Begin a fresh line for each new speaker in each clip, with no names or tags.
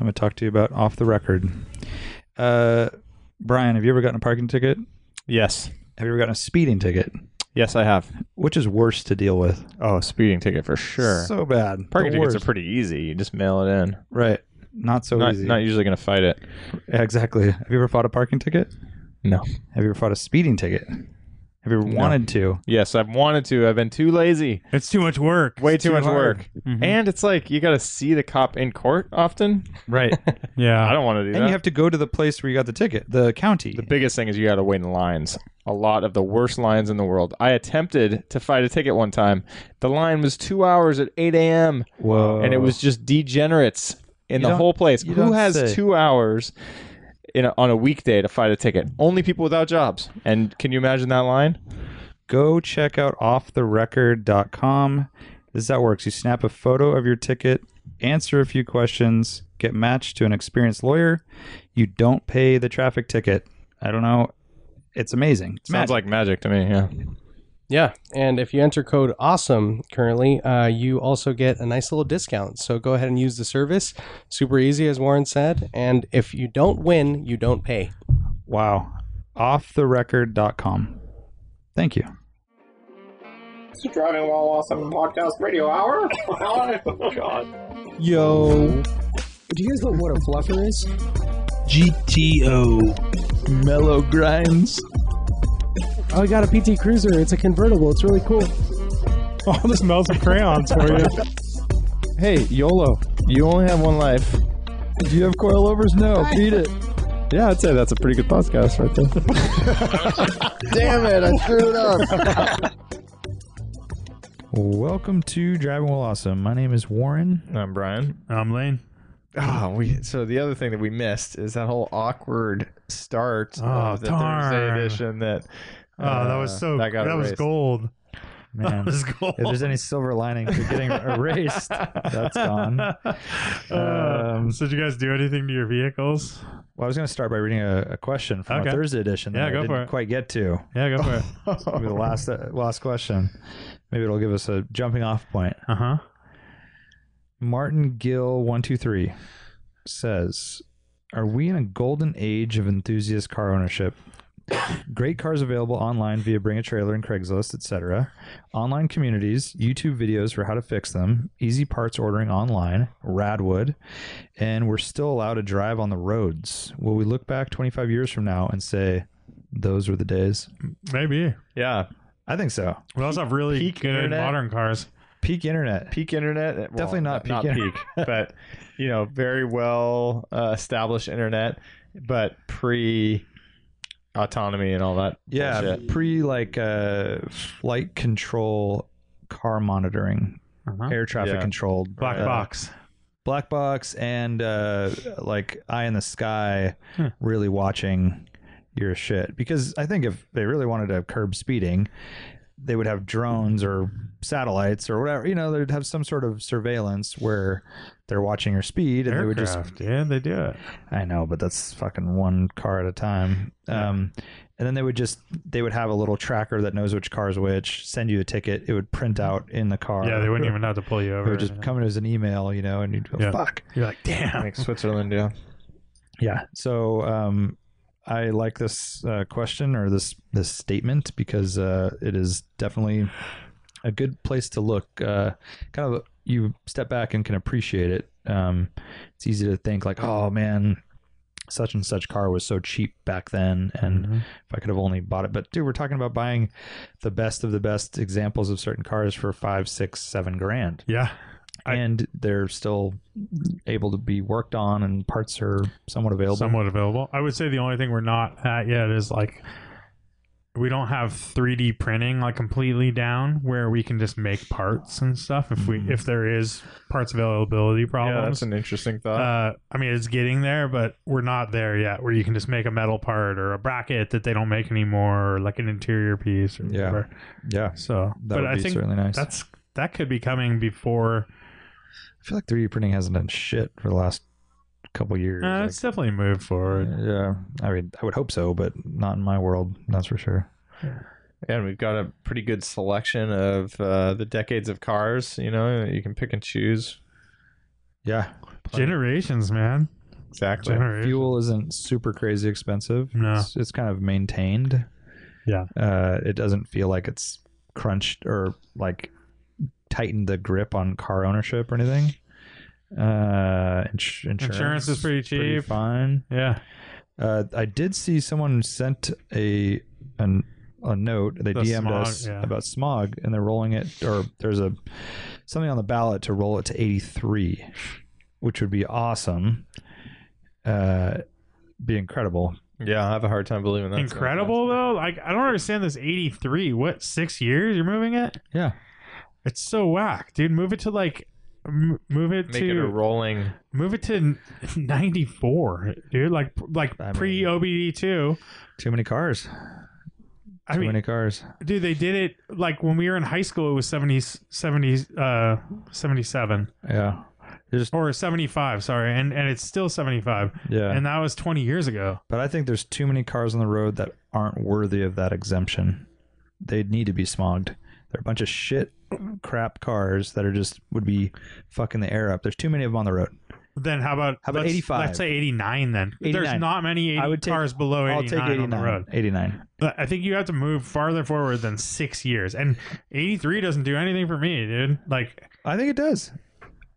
going to talk to you about off the record. Uh, Brian, have you ever gotten a parking ticket?
Yes.
Have you ever gotten a speeding ticket?
Yes, I have.
Which is worse to deal with?
Oh, speeding ticket for sure.
So bad.
Parking
The
tickets
worst.
are pretty easy. You just mail it in.
right. Not so
Not,
easy.
not usually going to fight it.
exactly. Have you ever fought a parking ticket?
No.
Have you ever fought a speeding ticket? Have you ever
No.
wanted to?
Yes, I've wanted to. I've been too lazy.
It's too much work.
Way too,
too
much
hard. Mm-hmm.
work. And it's like you got to see the cop in court often.
Right. and
Yeah.
I don't want to do that.
you have to go to the place where you got the ticket, the county.
the biggest thing is you got to wait in lines. A lot of the worst lines in the world. I attempted to fight a ticket one time. The line was two hours at 8 a.m.
Whoa.
and it
Oh.
was just degenerates in
You
the
don't-
whole place.
you
Who
don't
has
say.
two hours in a, on a weekday to fight a ticket? Only people without jobs. And can you imagine that line?
go check out offtherecord.com. This is how it works. You snap a photo of your ticket, answer a few questions, get matched to an experienced lawyer. You don't pay the traffic ticket. I don't know. It's amazing. It's
Sounds
magic.
like magic to me. Yeah.
Yeah, and if you enter code awesome currently, uh, you also get a nice little discount. So go ahead and use the service. Super easy, as Warren said. And if you don't win, you don't pay.
wow. Offtherecord.com. Thank you.
Driving While Awesome Podcast Radio Hour. oh, God.
Yo,
Do you guys know what a fluffer is?
GTO mellow grinds.
Oh, I got a PT Cruiser. It's a convertible. It's really cool.
All the smells of crayons for you.
Hey, YOLO,
You only have one life.
do you have coilovers? No, beat it. Yeah, I'd say that's a pretty good podcast right there.
Welcome to Driving Well Awesome. My name is Warren.
I'm Brian.
I'm Lane.
Oh, we so the other thing that we missed is that whole awkward start
Oh,
of the Thursday
darn.
edition that
Oh, that was
uh,
so. That,
got
was
erased.
gold. That
Man,
was gold.
if there's any silver lining to getting erased, that's gone.
Uh,
Um,
so did you guys do anything to your vehicles?
Well, I was going to start by reading a, a question from
Okay.
our Thursday edition that
Yeah,
I
go
didn't
for it.
quite get to.
Yeah, go for it.
Maybe the last uh, last question. Maybe it'll give us a jumping off point.
Uh huh.
Martin Gill one two three says, "Are we in a golden age of enthusiast car ownership? Great cars available online via Bring a Trailer and Craigslist, etc. Online communities, YouTube videos for how to fix them, easy parts ordering online, Radwood, and we're still allowed to drive on the roads. Will we look back 25 years from now and say those were the days?
Maybe.
Yeah,
I think so.
We also have really
Peak
good
internet.
modern cars.
Peak internet.
peak internet. Well,
Definitely not peak internet.
peak, but you know, very well uh, established internet, but pre autonomy and all that.
Yeah,
bullshit.
pre like uh, flight control, car monitoring,
Uh-huh.
air traffic
Yeah.
control,
Black
uh,
box.
black box, and uh, like eye in the sky,
Hmm.
really watching your shit. Because I think if they really wanted to curb speeding, they would have drones or satellites or whatever. You know, they'd have some sort of surveillance where they're watching your speed, and they would just
Aircraft. Yeah, they do it.
I know, but that's fucking one car at a time. Um, and then they would just they would have a little tracker that knows which car's which. Send you a ticket. It would print out in the car.
Yeah, they wouldn't even have to pull you
It
over.
would just come in as an email, you know, and you'd go
Yeah.
fuck.
You're like, damn.
like Switzerland. Yeah,
Yeah. So um, I like this uh, question or this this statement because uh, it is definitely a good place to look. Uh, kind of you step back and can appreciate it. Um, it's easy to think like, oh man, such and such car was so cheap back then, and
Mhm.
if I could have only bought it. But dude, we're talking about buying the best of the best examples of certain cars for five, six, seven grand.
Yeah. I-
and they're still able to be worked on, and parts are somewhat available.
somewhat available. I would say the only thing we're not at yet is like we don't have 3D printing like completely down where we can just make parts and stuff if we
Mm-hmm.
if there is parts availability
yeah,
problems.
that's an interesting thought.
uh, I mean, it's getting there, but we're not there yet. Where you can just make a metal part or a bracket that they don't make anymore, or like an interior piece or
Yeah.
whatever.
Yeah,
So,
that
but
would
I
be
think
certainly nice. I
that's that could be coming before.
feel like 3D printing hasn't done shit for the last couple years.
Uh,
Like,
it's definitely moved forward.
yeah, I mean, I would hope so, but not in my world, that's for sure.
and we've got a pretty good selection of uh, the decades of cars. You know, you can pick and choose.
Yeah.
Generations, man.
Exactly.
Generations.
Fuel isn't super crazy expensive.
No.
It's, it's kind of maintained.
Yeah.
Uh, it doesn't feel like it's crunched or like tightened the grip on car ownership or anything. Uh, ins- insurance,
Insurance is pretty cheap.
fine.
Yeah.
Uh, I did see someone sent a an, a note. They
The
DM'd
smog,
us
yeah.
about smog, and they're rolling it, or there's a something on the ballot to roll it to 83, which would be awesome. Uh, be incredible.
Yeah, I have a hard time believing that.
Incredible though. Like I don't understand this 83. What 6 years you're moving it?
Yeah,
It's so whack. Dude, move it to like m- move it
Make
to
it a rolling.
move it to n- 94, dude. Like like
I mean-
pre OBD2.
too many cars.
I
too
mean,
many cars.
dude, they did it like when we were in high school it was 70 70 uh 77
Yeah,
or 75, sorry. And and it's still 75.
yeah.
And that was 20 years ago.
But I think there's too many cars on the road that aren't worthy of that exemption. They need to be smogged. They're a bunch of shit, crap cars that are just would be fucking the air up. There's too many of them on the road.
Then how about
How about
let's-
85?
Let's say 89 then.
89.
There's not many 80
I would take-
cars below 89
I'll take 89.
on the road.
89.
But I think you have to move farther forward than 6 years and 83 doesn't do anything for me, dude. Like
I think it does.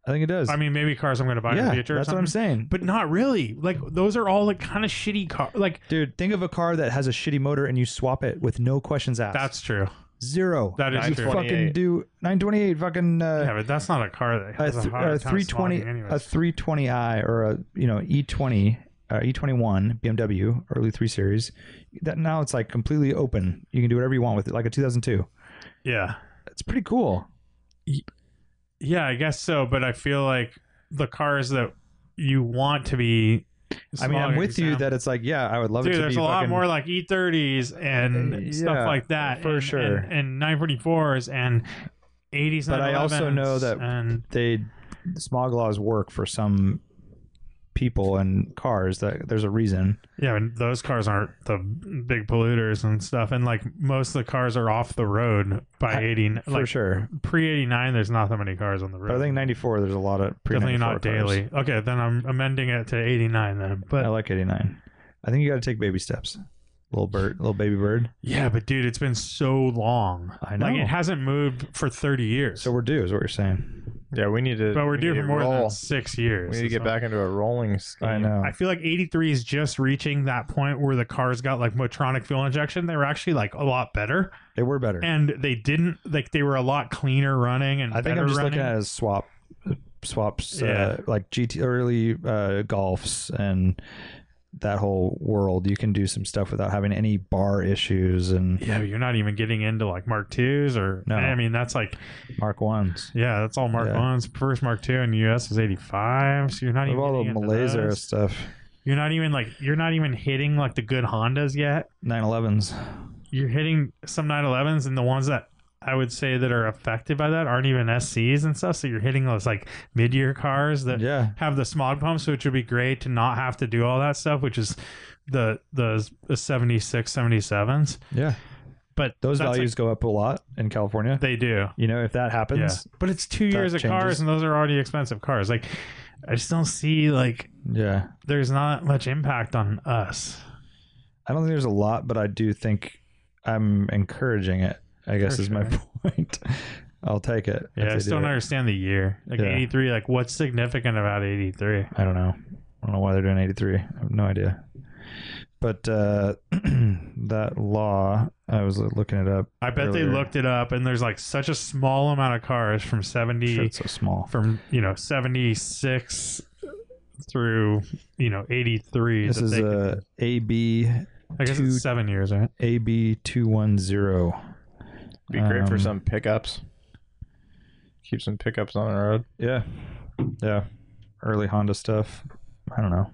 I think it does.
I mean maybe cars I'm going to buy in
yeah,
the future or
that's what I'm
something,
saying. But
But not really. Like those are all like kind of shitty car like
dude, think of a car that has a shitty motor and you swap it with no questions asked.
that's true.
zero.
That is
you
true.
fucking do 928 fucking uh,
Yeah, but that's not a car that
a,
has a,
th-
hard
a
time
320
slogging anyways.
a 320i or a you know e20 uh, e21 bmw early 3 series that now it's like completely open you can do whatever you want with it like a 2002
yeah.
it's pretty cool
Yeah, I guess so, but I feel like the cars that you want to be
i mean i'm
smaller
with you
example-
that it's like yeah i would love it
Dude,
to
there's
be
a lot
fucking-
more like E30s and
Uh, yeah,
stuff like that,
for
and,
sure.
and, and 944s and 80s.
But I also
911s
know that-
and
they smog laws work for some people and cars that there's a reason
yeah, and those cars aren't the big polluters and stuff, and like most of the cars are off the road by
I-
80,
for
like
sure
pre 89. There's not that many cars on the road.
but i think 94 there's a lot of pre
definitely not daily. Okay, then I'm amending it to 89 then. But
i like 89 i think you got to take baby steps little bird little baby bird
yeah, but dude, it's been so long.
I
Like
know.
it hasn't moved for 30 years.
so we're due is what you're saying
Yeah, we need to.
but we're
we
due
need
for
to
more than
roll.
six years.
We need to
is
get
what-
back into a rolling. Scheme.
I know.
I feel like 83 is just reaching that point where the cars got like Motronic fuel injection. They were actually like a lot better,
They were better.
and they didn't like they were a lot cleaner running and
I think
better
I'm just
running.
looking at it as swap swaps uh,
Yeah.
like GT early uh, golfs and that whole world. You can do some stuff without having any bar issues and
yeah, but you're not even getting into like Mark Twos or
No.
I mean that's like
Mark ones.
yeah, that's all Mark
Yeah.
Ones. First Mark Two in the US was 85, so you're not
Of
even
all the
getting into
malaise era
those.
stuff.
You're not even like you're not even hitting like the good Hondas yet.
911s.
You're hitting some 911s and the ones that. I would say that are affected by that aren't even SCs and stuff. So you're hitting those like mid-year cars that
Yeah.
have the smog pumps, which would be great to not have to do all that stuff, which is the the, the 76, 77s.
Yeah.
But
Those
that's, like,
values go up a lot in California.
they do.
you know, if that
Yeah.
happens,
But it's two
That
years of
changes.
cars and those are already expensive cars. Like I just don't see like
yeah.
there's not much impact on us.
I don't think there's a lot, but I do think I'm encouraging it. I guess
For
is my
sure.
point. I'll take it. if
Yeah, I
they
just
do
don't
it.
understand the year. Like
Yeah.
83, like what's significant about 83?
I don't know. I don't know why they're doing 83. I have no idea. But uh, that law, I was looking it up.
I bet
Earlier.
they looked it up and there's like such a small amount of cars from 70
Sure, it's so small.
from you know 76 through you know 83
This
that
is uh,
they could-
a AB
i guess
two-
it's seven years right
AB two one zero.
Be great for
Um,
some pickups. Keep some pickups on the road.
Yeah, yeah. Early Honda stuff. I don't know.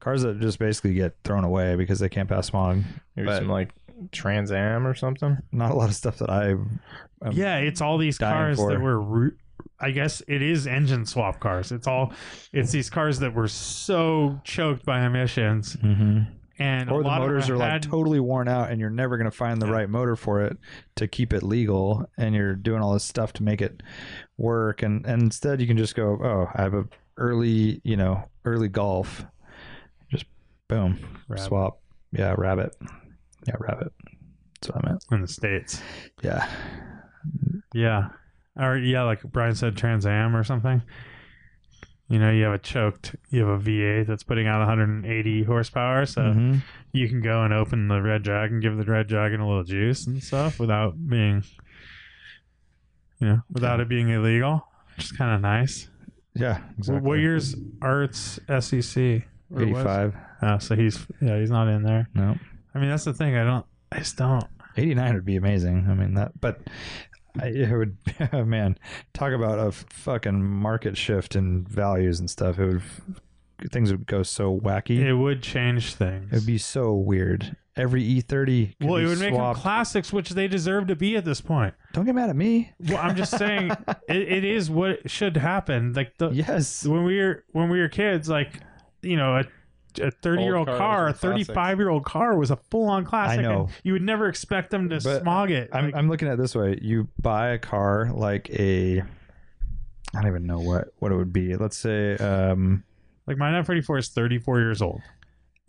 Cars that just basically get thrown away because they can't pass smog.
Maybe
But-
some like Trans Am or something.
Not a lot of stuff that I. um, I'm
yeah it's all these
dying
cars
for.
that were ru- i guess it is engine swap cars it's all it's these cars that were so choked by emissions
Mhm.
and
Or
a
the
lot of
motors
them
are like
had-
totally worn out, and you're never going to find the right motor for it to keep it legal, and you're doing all this stuff to make it work, and, and instead you can just go, oh, I have a early, you know, early golf. Just boom,
Rabbit.
swap. Yeah, rabbit. Yeah, rabbit. That's what I meant.
in the states.
Yeah.
Yeah, or yeah, like Brian said, Trans Am or something. You know, you have a choked, you have a V8 that's putting out 180 horsepower, so
Mhm.
you can go and open the Red Dragon, give the Red Dragon a little juice and stuff without being, you know, without it being illegal. Which is kind of nice.
Yeah. Exactly.
What year's Arts SEC? Or was-
85.
Oh, so he's yeah, he's not in there.
No.
I mean, that's the thing. I don't. I just don't.
89 would be amazing. I mean that, but I, it would, oh, man, talk about a fucking market shift in values and stuff. It would, things would go so wacky.
It
It
would change things.
would be so weird. Every E30 could
well,
be
it would make them
swapped.
classics, which they deserve to be at this point.
Don't get mad at me.
Well, I'm just saying, it, it is what should happen. Like the
Yes.
when we were when we were kids, like you know, a a 30 year old
cars
car,
were
a 35 year old car was a full on classic.
I know.
and you would never expect them to
But
smog it.
I'm,
Like,
I'm looking at it this way. You buy a car like a, I don't even know what, what it would be. Let's say, um,
like my 944 is 34 years old.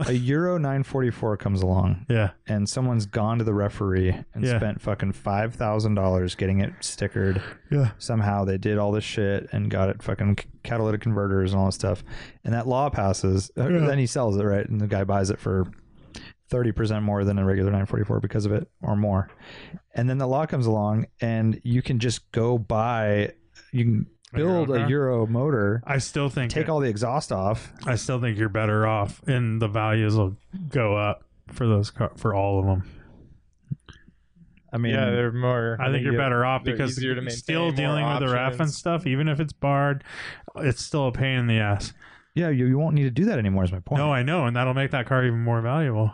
a Euro 944 comes along
Yeah,
and someone's gone to the referee and
Yeah.
spent fucking five thousand dollars getting it stickered.
Yeah.
Somehow they did all this shit and got it fucking catalytic converters and all this stuff, and that law passes. Uh,
Yeah.
Then he sells it right, and the guy buys it for thirty percent more than a regular nine forty four because of it or more. And then the law comes along, and you can just go buy you can
A Euro
build a
car?
Euro motor,
I still think
take
it-
all the exhaust off.
I still think you're better off, and the values will go up for those car, for all of them.
I mean,
yeah, they're more.
I, think, you're better off
they're
because
easier to
you're
maintain,
still
more
dealing with the ref and
options.
stuff, even if it's barred, it's still a pain in the ass.
yeah, you, you won't need to do that anymore. Is my point.
No, I know, and that'll make that car even more valuable.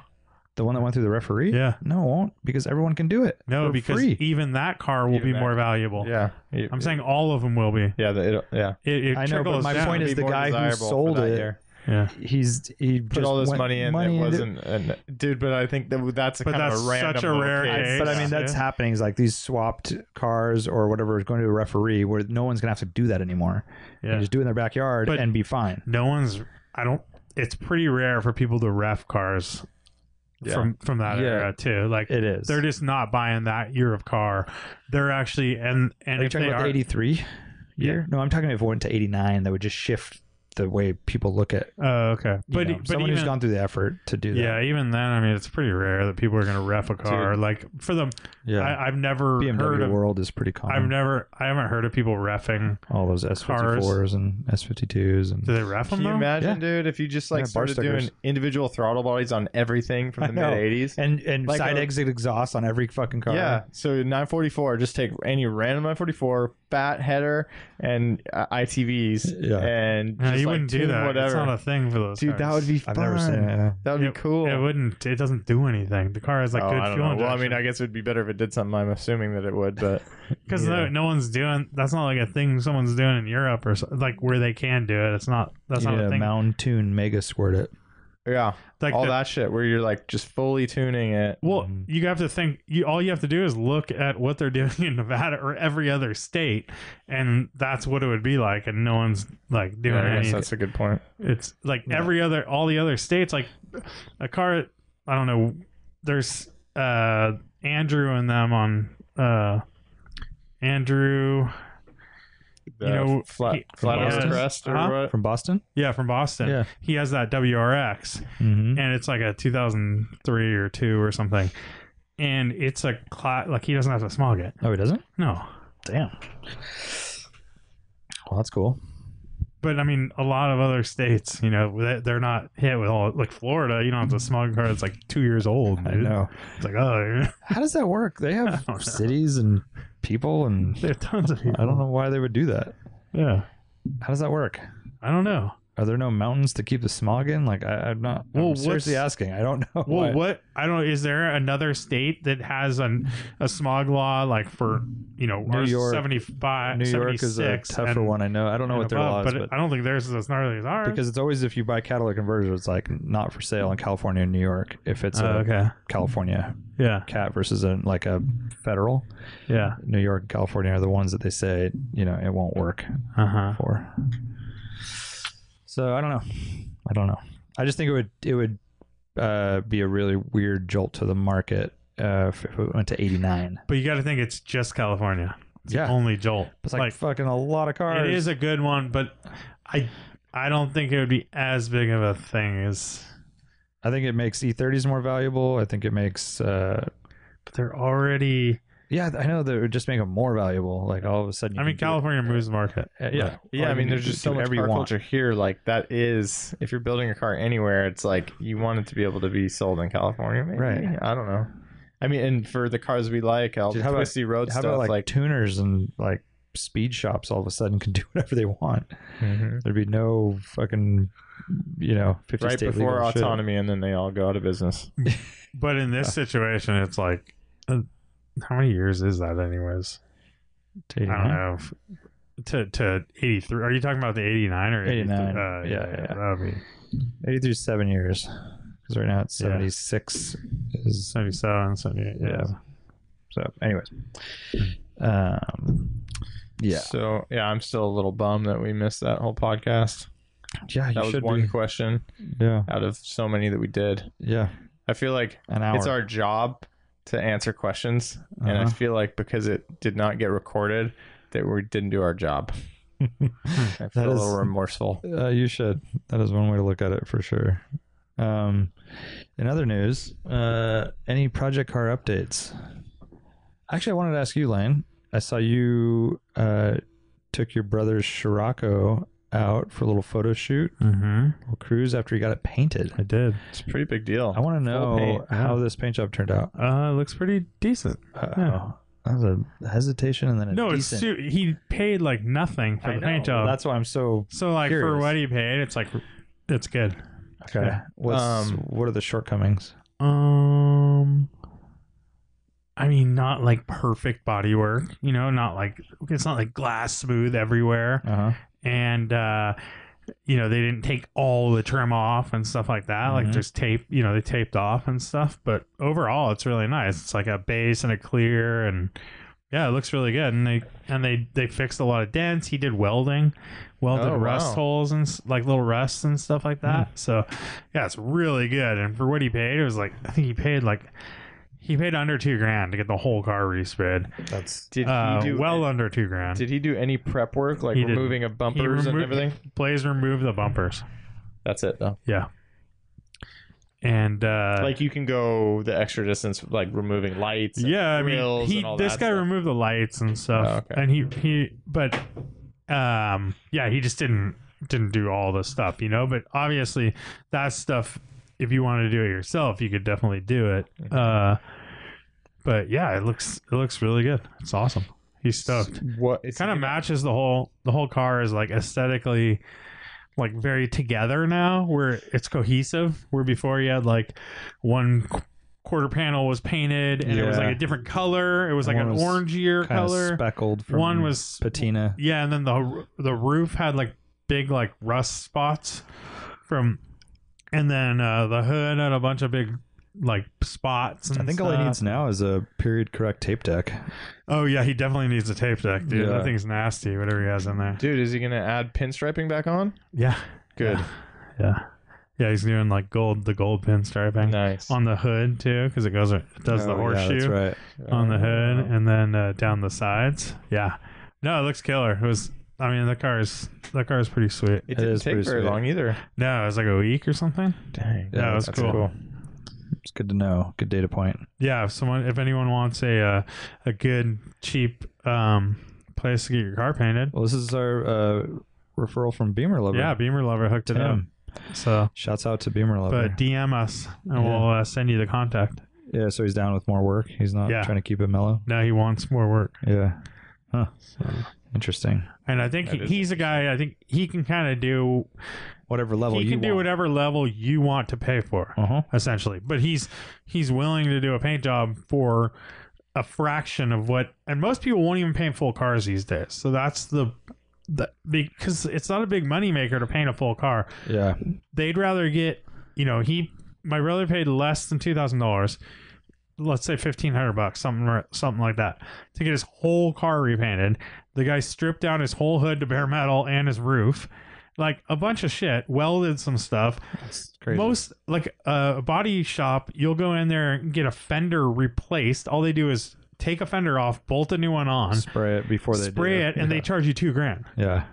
The one that went through the referee?
Yeah.
No, it won't because everyone can do it.
No,
For
because
free.
even that car will
Even
be
that-
more valuable.
Yeah,
I'm saying all of them will be.
Yeah, the, it, yeah.
It, it
I know, but
trickles
my
down.
point is
It'd
the
be more
guy who
desirable for
sold
that
it,
year.
yeah.
he's he
put
just
all this
went-
money in.
money
it
into-
wasn't, and, dude. But I think that that's a
But
kind
that's
of a random
such a rare
little
case.
But I mean,
Yeah.
that's happening. Is like these swapped cars or whatever is going to a referee where no one's gonna have to do that anymore. They
Yeah.
just do it in their backyard
But-
and be fine.
No one's. I don't. It's pretty rare for people to ref cars
Yeah.
from from that
Yeah.
era too. Like
It is.
they're just not buying that year of car. They're actually and and
are you
if
talking
they
about
are,
the '83 year? No, I'm talking about if it went to '89, that would just shift the way people look at.
Oh, okay.
You
But
know,
but
someone
even,
who's gone through the effort to do
yeah,
that.
even then, I mean, it's pretty rare that people are going to ref a car. Like for them, I, I've never heard
BMW
of.
world is pretty common.
I've never. I haven't heard of people refing.
all those S54s and S52s and
Do they ref them?
Can you
though?
imagine,
Yeah.
dude, if you just like
Yeah, bar
started
stickers.
doing individual throttle bodies on everything
I
from the
know.
mid '80s?
and and
Like
uh,
side
a-
exit exhaust on every fucking car.
Yeah, so 944, just take any random 944, bat header, and uh, ITVs,
Yeah.
and
No,
just,
you
like,
wouldn't do
tune
that.
Whatever,
It's not a thing for those.
dude, that
cars.
would be fun.
I've never seen it.
That would be
It-
cool.
It wouldn't. It doesn't do anything. The car has like
oh,
good
I don't
fuel
know. Well, I mean, I
injection.
guess it would be better if it did something. I'm assuming that it would, but
because no, no one's doing. That's not like a thing someone's doing in Europe or so, like where they can do it. It's not. That's
you
not
need
a
a
thing.
Mountoon Mega Squirt it.
yeah,
like
all
the-
that Mm-hmm. shit where you're like just fully tuning it.
Well,
Mhm.
you have to think. You all you have to do is look at what they're doing in Nevada or every other state, and that's what it would be like. And no one's like doing
Yeah, I guess
anything.
that's a good point.
It's like every other, all the other states, like a car. I don't know. There's uh Andrew and them on uh Andrew.
The
know,
flat,
he-
flat
he
Earth
has-
crest or
Huh?
what?
From Boston?
Yeah, from Boston.
Yeah.
He has that WRX,
Mm-hmm.
and it's like a 2003 or two or something, and it's a cla- like he doesn't have to smog it.
Oh, he doesn't?
No,
Damn. Well, that's cool.
but I mean, a lot of other states, you know, they- they're not hit with all like Florida. You don't have to smog a car that's like two years old.
I
dude.
know.
It's like oh,
How does that work? They have
don't know.
cities and people, and
there are tons of people.
I don't know why they would do that.
Yeah,
How does that work?
I don't know.
Are there no mountains to keep the smog in? Like I, I'm not.
Well,
I'm seriously
what's-
asking. I don't know.
Well,
why.
what I don't is there another state that has an a smog law like for you know
New
ours
York-
seventy five
New York is a tougher one. I know. I don't know what their law is,
but,
but
I don't think theirs is as gnarly as ours.
because it's always if you buy catalytic converters, it's like not for sale in California and New York. If it's
Oh,
a
okay,
California
yeah,
cat versus a like a federal,
yeah,
New York
Uh-huh.
and California are the ones that they say you know it won't work
uh huh.
for. So I don't know. I don't know. I just think it would it would uh, be a really weird jolt to the market uh, if it went to 89.
But you got to think it's just California. It's
Yeah.
the only jolt.
It's like, fucking a lot of cars.
It is a good one, but I I don't think it would be as big of a thing as.
I think it makes E30s more valuable. I think it makes uh,
But they're already.
yeah. I know that it would just make them more valuable. Like all of a sudden, you
I mean,
can do-
California moves the market.
uh,
Yeah,
yeah,
yeah. I mean, there's
do-
just so
do
much
whatever
car
you want.
culture here. Like that is, if you're building a car anywhere, it's like you want it to be able to be sold in California. Maybe.
Right.
I don't know. I mean, and for the cars we like, all
Dude,
the
how about-
twisty road
How
stuff,
about like,
like
tuners and like speed shops? All of a sudden, can do whatever they want.
mhm.
There'd be no fucking you know 50
right
state
before
legal shit.
autonomy, and then they all go out of business.
But in this situation, it's like, uh, how many years is that, anyways?
To
I
89.
don't know. F- To to eighty three. Are you talking about the eighty nine or
89.
Uh,
Yeah, yeah.
That would be
83 is seven years. Because right now it's
Yeah.
76 is
77, 78. Yeah.
Yeah. so anyways. Um yeah.
So yeah, I'm still a little bummed that we missed that whole podcast.
Yeah, you
That was
should
one
be.
question
Yeah.
out of so many that we did.
Yeah.
I feel like
An hour.
it's our job to answer questions and i
Uh-huh.
feel like because it did not get recorded that we didn't do our job i feel a
is-
little remorseful
Uh, you should. That is one way to look at it for sure. Um, in other news, uh, any project car updates? Actually, I wanted to ask you, Lane. I saw you uh, took your brother's Scirocco out for a little photo shoot,
Mm-hmm.
little cruise after you got it painted.
I did.
it's a pretty big deal
I want to know
paint,
how this paint job turned out.
Uh, looks pretty decent. Yeah.
Oh, that was a hesitation and then a
No, it's
decent.
su- he paid like nothing for
I
the
know.
paint job.
That's why I'm so
so like for
curious.
what he paid, it's like it's good.
okay. What's,
Um,
what are the shortcomings?
Um, I mean, not like perfect body work, you know, not like it's not like glass smooth everywhere,
Uh huh.
and uh, you know they didn't take all the trim off and stuff like that.
Mhm.
Like
Mm-hmm.
just tape, you know, they taped off and stuff. But overall, it's really nice. It's like a base and a clear, and yeah, it looks really good. And they and they they fixed a lot of dents. He did welding, welded
Oh, wow. Mm.
rust holes and s- like little rusts and stuff like that. So yeah, it's really good. And for what he paid, it was like I think he paid like. He paid under two grand to get the whole car resped.
That's
did
Uh,
he do
well under two grand.
did he do any prep work like
He didn't.
removing of bumpers and
removed-
everything
Blaze removed the bumpers.
that's it though
Yeah. And uh
like you can go the extra distance like removing lights and
yeah, I mean
grills
he
and all
this
that
guy
stuff.
removed the lights and stuff.
Oh, okay.
And he he but um yeah, he just didn't didn't do all the stuff, you know, but obviously that stuff if you want to do it yourself, you could definitely do it.
Mm-hmm.
Uh but yeah, it looks it looks really good. It's awesome. He's stoked.
what is
kind of
he-
matches the whole the whole car is like aesthetically like very together now where it's cohesive where before you had like one qu- quarter panel was painted and it was
Yeah.
like a different color it was
And
like an
one was
orangier
kind
color
of speckled. From
one was
patina.
yeah and then the the roof had like big like rust spots from and then uh the hood had a bunch of big like spots and
I think all he
stuff.
needs now is a period correct tape deck.
oh yeah he definitely needs a tape deck dude
Yeah.
that thing's nasty whatever he has in there
dude is he gonna add pinstriping back on
yeah
good
Yeah, yeah, he's doing like gold, the gold pinstriping
nice
on the hood too, because it goes, it does the
Oh, Yeah,
horseshoe
that's right.
on
Oh,
the hood, and then uh, down the sides. Yeah, no, it looks killer. It was, I mean, the car is that car is pretty sweet.
it
It
didn't
is
take
pretty
very
sweet.
long either
No, it was like a week or something.
dang
Yeah, it was
that's
cool.
It's good to know. Good data point.
Yeah, if someone, if anyone wants a uh, a good cheap um place to get your car painted,
Well, this is our uh, referral from Beamer Lover.
yeah, Beamer Lover hooked
to
it up.
them.
So,
Shouts out to Beamer Lover.
but DM us
Yeah.
and we'll uh, send you the contact.
yeah, so he's down with more work. He's not
Yeah.
trying to keep it mellow.
Now he wants more work.
Yeah. Huh. Interesting.
And I think
That
he,
is
he's a guy. I think he can kind of do.
Whatever level
he
you
can do whatever level you want to pay for,
Uh huh.
essentially. But he's he's willing to do a paint job for a fraction of what. And most people won't even paint full cars these days. So that's the the because it's not a big moneymaker to paint a full car.
Yeah.
They'd rather get you know he my brother paid less than two thousand dollars. Let's say fifteen hundred bucks, something or- something like that, to get his whole car repainted. The guy stripped down his whole hood to bare metal and his roof, like a bunch of shit, welded some stuff.
It's crazy.
Most like uh, a body shop, you'll go in there and get a fender replaced. All they do is take a fender off, bolt a new one on,
spray it before they
spray
do
it, and they charge you two grand.
yeah.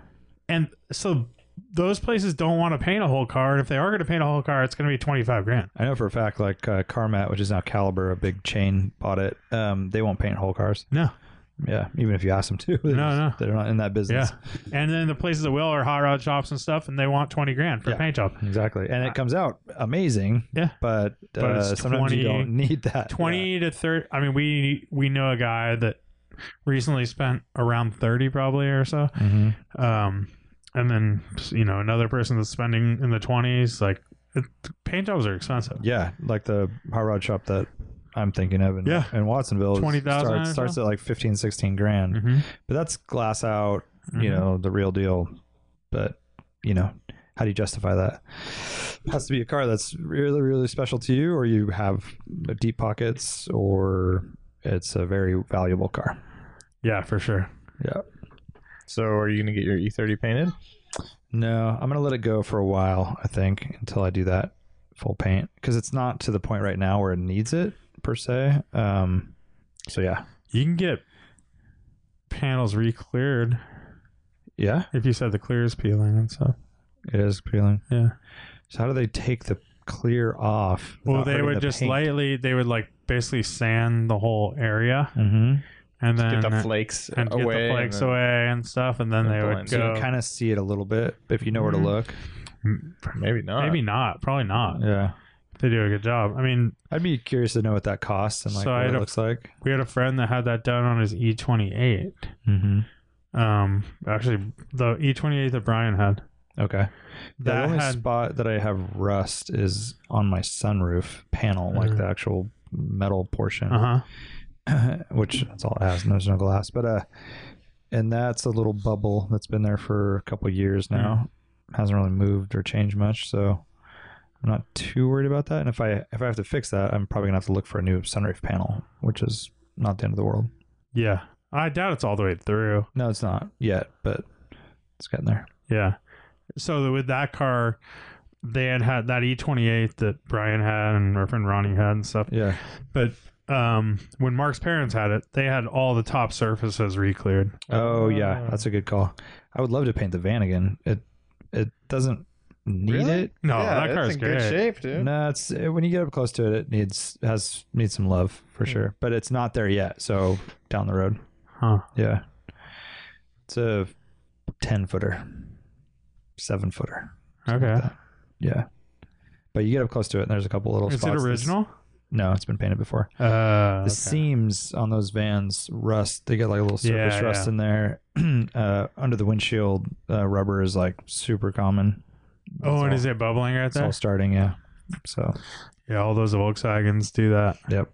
And so those places don't want to paint a whole car. And if they are going to paint a whole car, it's going to be twenty five grand.
I know for a fact, like uh, Carmat, which is now Caliber, a big chain, bought it. Um, they won't paint whole cars.
No,
Yeah, even if you ask them to. They're
No,
just- they're not in that
yeah.
business.
And then the places that will are hot rod shops and stuff, and they want twenty grand for a
Yeah.
paint job.
exactly. And it comes out amazing.
Yeah.
but,
But
uh,
it's
sometimes you
20
don't need that.
20 to 30 i mean we we know a guy that recently spent around 30 probably or so
Yeah. Mhm.
um and then you know another person that's spending in the 20s like it, paint jobs are expensive
Yeah, like the hot rod shop that I'm thinking of in,
Yeah.
in Watsonville. is-
20,000
starts,
or
starts at like 15, 16 grand.
mm-hmm.
But that's glass out, you
Mhm.
know, the real deal. But, you know, how do you justify that? It has to be a car that's really, really special to you, or you have uh, deep pockets, or it's a very valuable car.
yeah for sure
Yeah.
So are you gonna get your E30 painted?
No, I'm going to let it go for a while, I think, until I do that full paint because it's not to the point right now where it needs it per se. Um, so, yeah.
you can get panels re-cleared
Yeah,
if you said the clear is peeling and stuff
it is peeling.
yeah
So, how do they take the clear off?
well they would just lightly they would like basically sand the whole area
Mm-hmm.
and then
Get the flakes
and get
away.
the flakes
and then-
away and stuff and then
and
they would
blend. So
So
go
you kind of see it a little bit if you know where to
Mhm.
look.
Maybe not.
Mm, maybe not probably not
Yeah,
they do a good job. I mean,
I'd be curious to know what that costs and like
So I
what it
don't-
looks like.
we had a friend that had that done on his E28.
Mm-hmm.
Um, actually, the E28 that Brian had.
Okay. The
That
only
had-
spot that I have rust is on my sunroof panel, like
Mhm.
the actual metal portion,
Uh huh. Uh-huh.
which that's all it has. and There's no glass, but uh, and that's a little bubble that's been there for a couple years now.
Mm.
Hasn't really moved or changed much, so I'm not too worried about that. And if I if I have to fix that, I'm probably gonna have to look for a new sunroof panel, which is not the end of the world.
Yeah, I doubt it's all the way through.
No, it's not yet, but it's getting there.
Yeah. So with that car, they had had that E28 that Brian had and our friend Ronnie had and stuff.
Yeah.
But um, when Mark's parents had it, they had all the top surfaces re-cleared.
Oh yeah, that's a good call. I would love to paint the van again. It it doesn't need
Really?
it.
No,
yeah,
that
it's
car's
in
great.
good shape, dude.
No, it's eh, when you get up close to it, it needs has needs some love for sure. But it's not there yet. So down the road,
Huh.
yeah, it's a ten footer, seven footer.
Okay.
Yeah, but you get up close to it, and there's a couple little.
Is it
spots that's-
original?
No, it's been painted before.
Uh,
the
okay.
seams on those vans rust. They get like a little surface
Yeah,
rust
yeah.
in there. uh, under the windshield, uh, rubber is like super common.
Oh, and is it bubbling right
It's all
there?
starting, yeah. So,
Yeah, all those Volkswagens do that.
yep.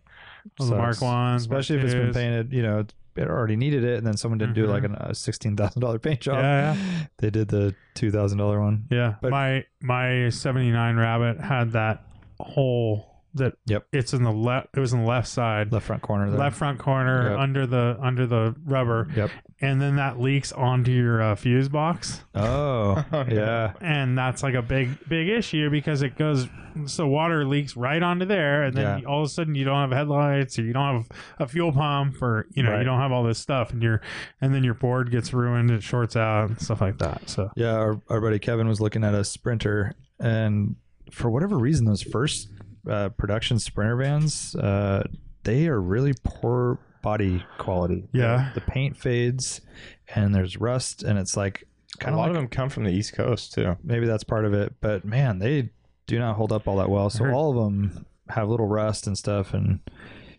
All the Mark
it's-
ones,
especially if it's been painted, you know, it already needed it, and then someone didn't do like an, a sixteen thousand dollar paint job.
Mm-hmm. Yeah,
They did the two thousand dollar one.
Yeah,
But-
my my seventy nine Rabbit had that hole that
Yep.
it's in the left. It was in the left side, left,
Left front corner. There.
front corner
Yep.
under the under the rubber,
Yep.
and then that leaks onto your uh, fuse box,
Oh, yeah.
and that's like a big big issue because it goes so water leaks right onto there, and then all of a sudden you don't have headlights or you don't have a fuel pump or you know
Right.
you don't have all this stuff, and your and then your board gets ruined, it shorts out and stuff like that. So
Yeah, our, our buddy Kevin was looking at a Sprinter, and for whatever reason, those first uh, production Sprinter vans, uh, they are really poor body quality.
Yeah.
the, paint fades, and there's rust, and it's like
A
kind
lot
like,
of them come from the East Coast too.
maybe that's part of it. But man, they do not hold up all that well. So
heard-
all of them have little rust and stuff, and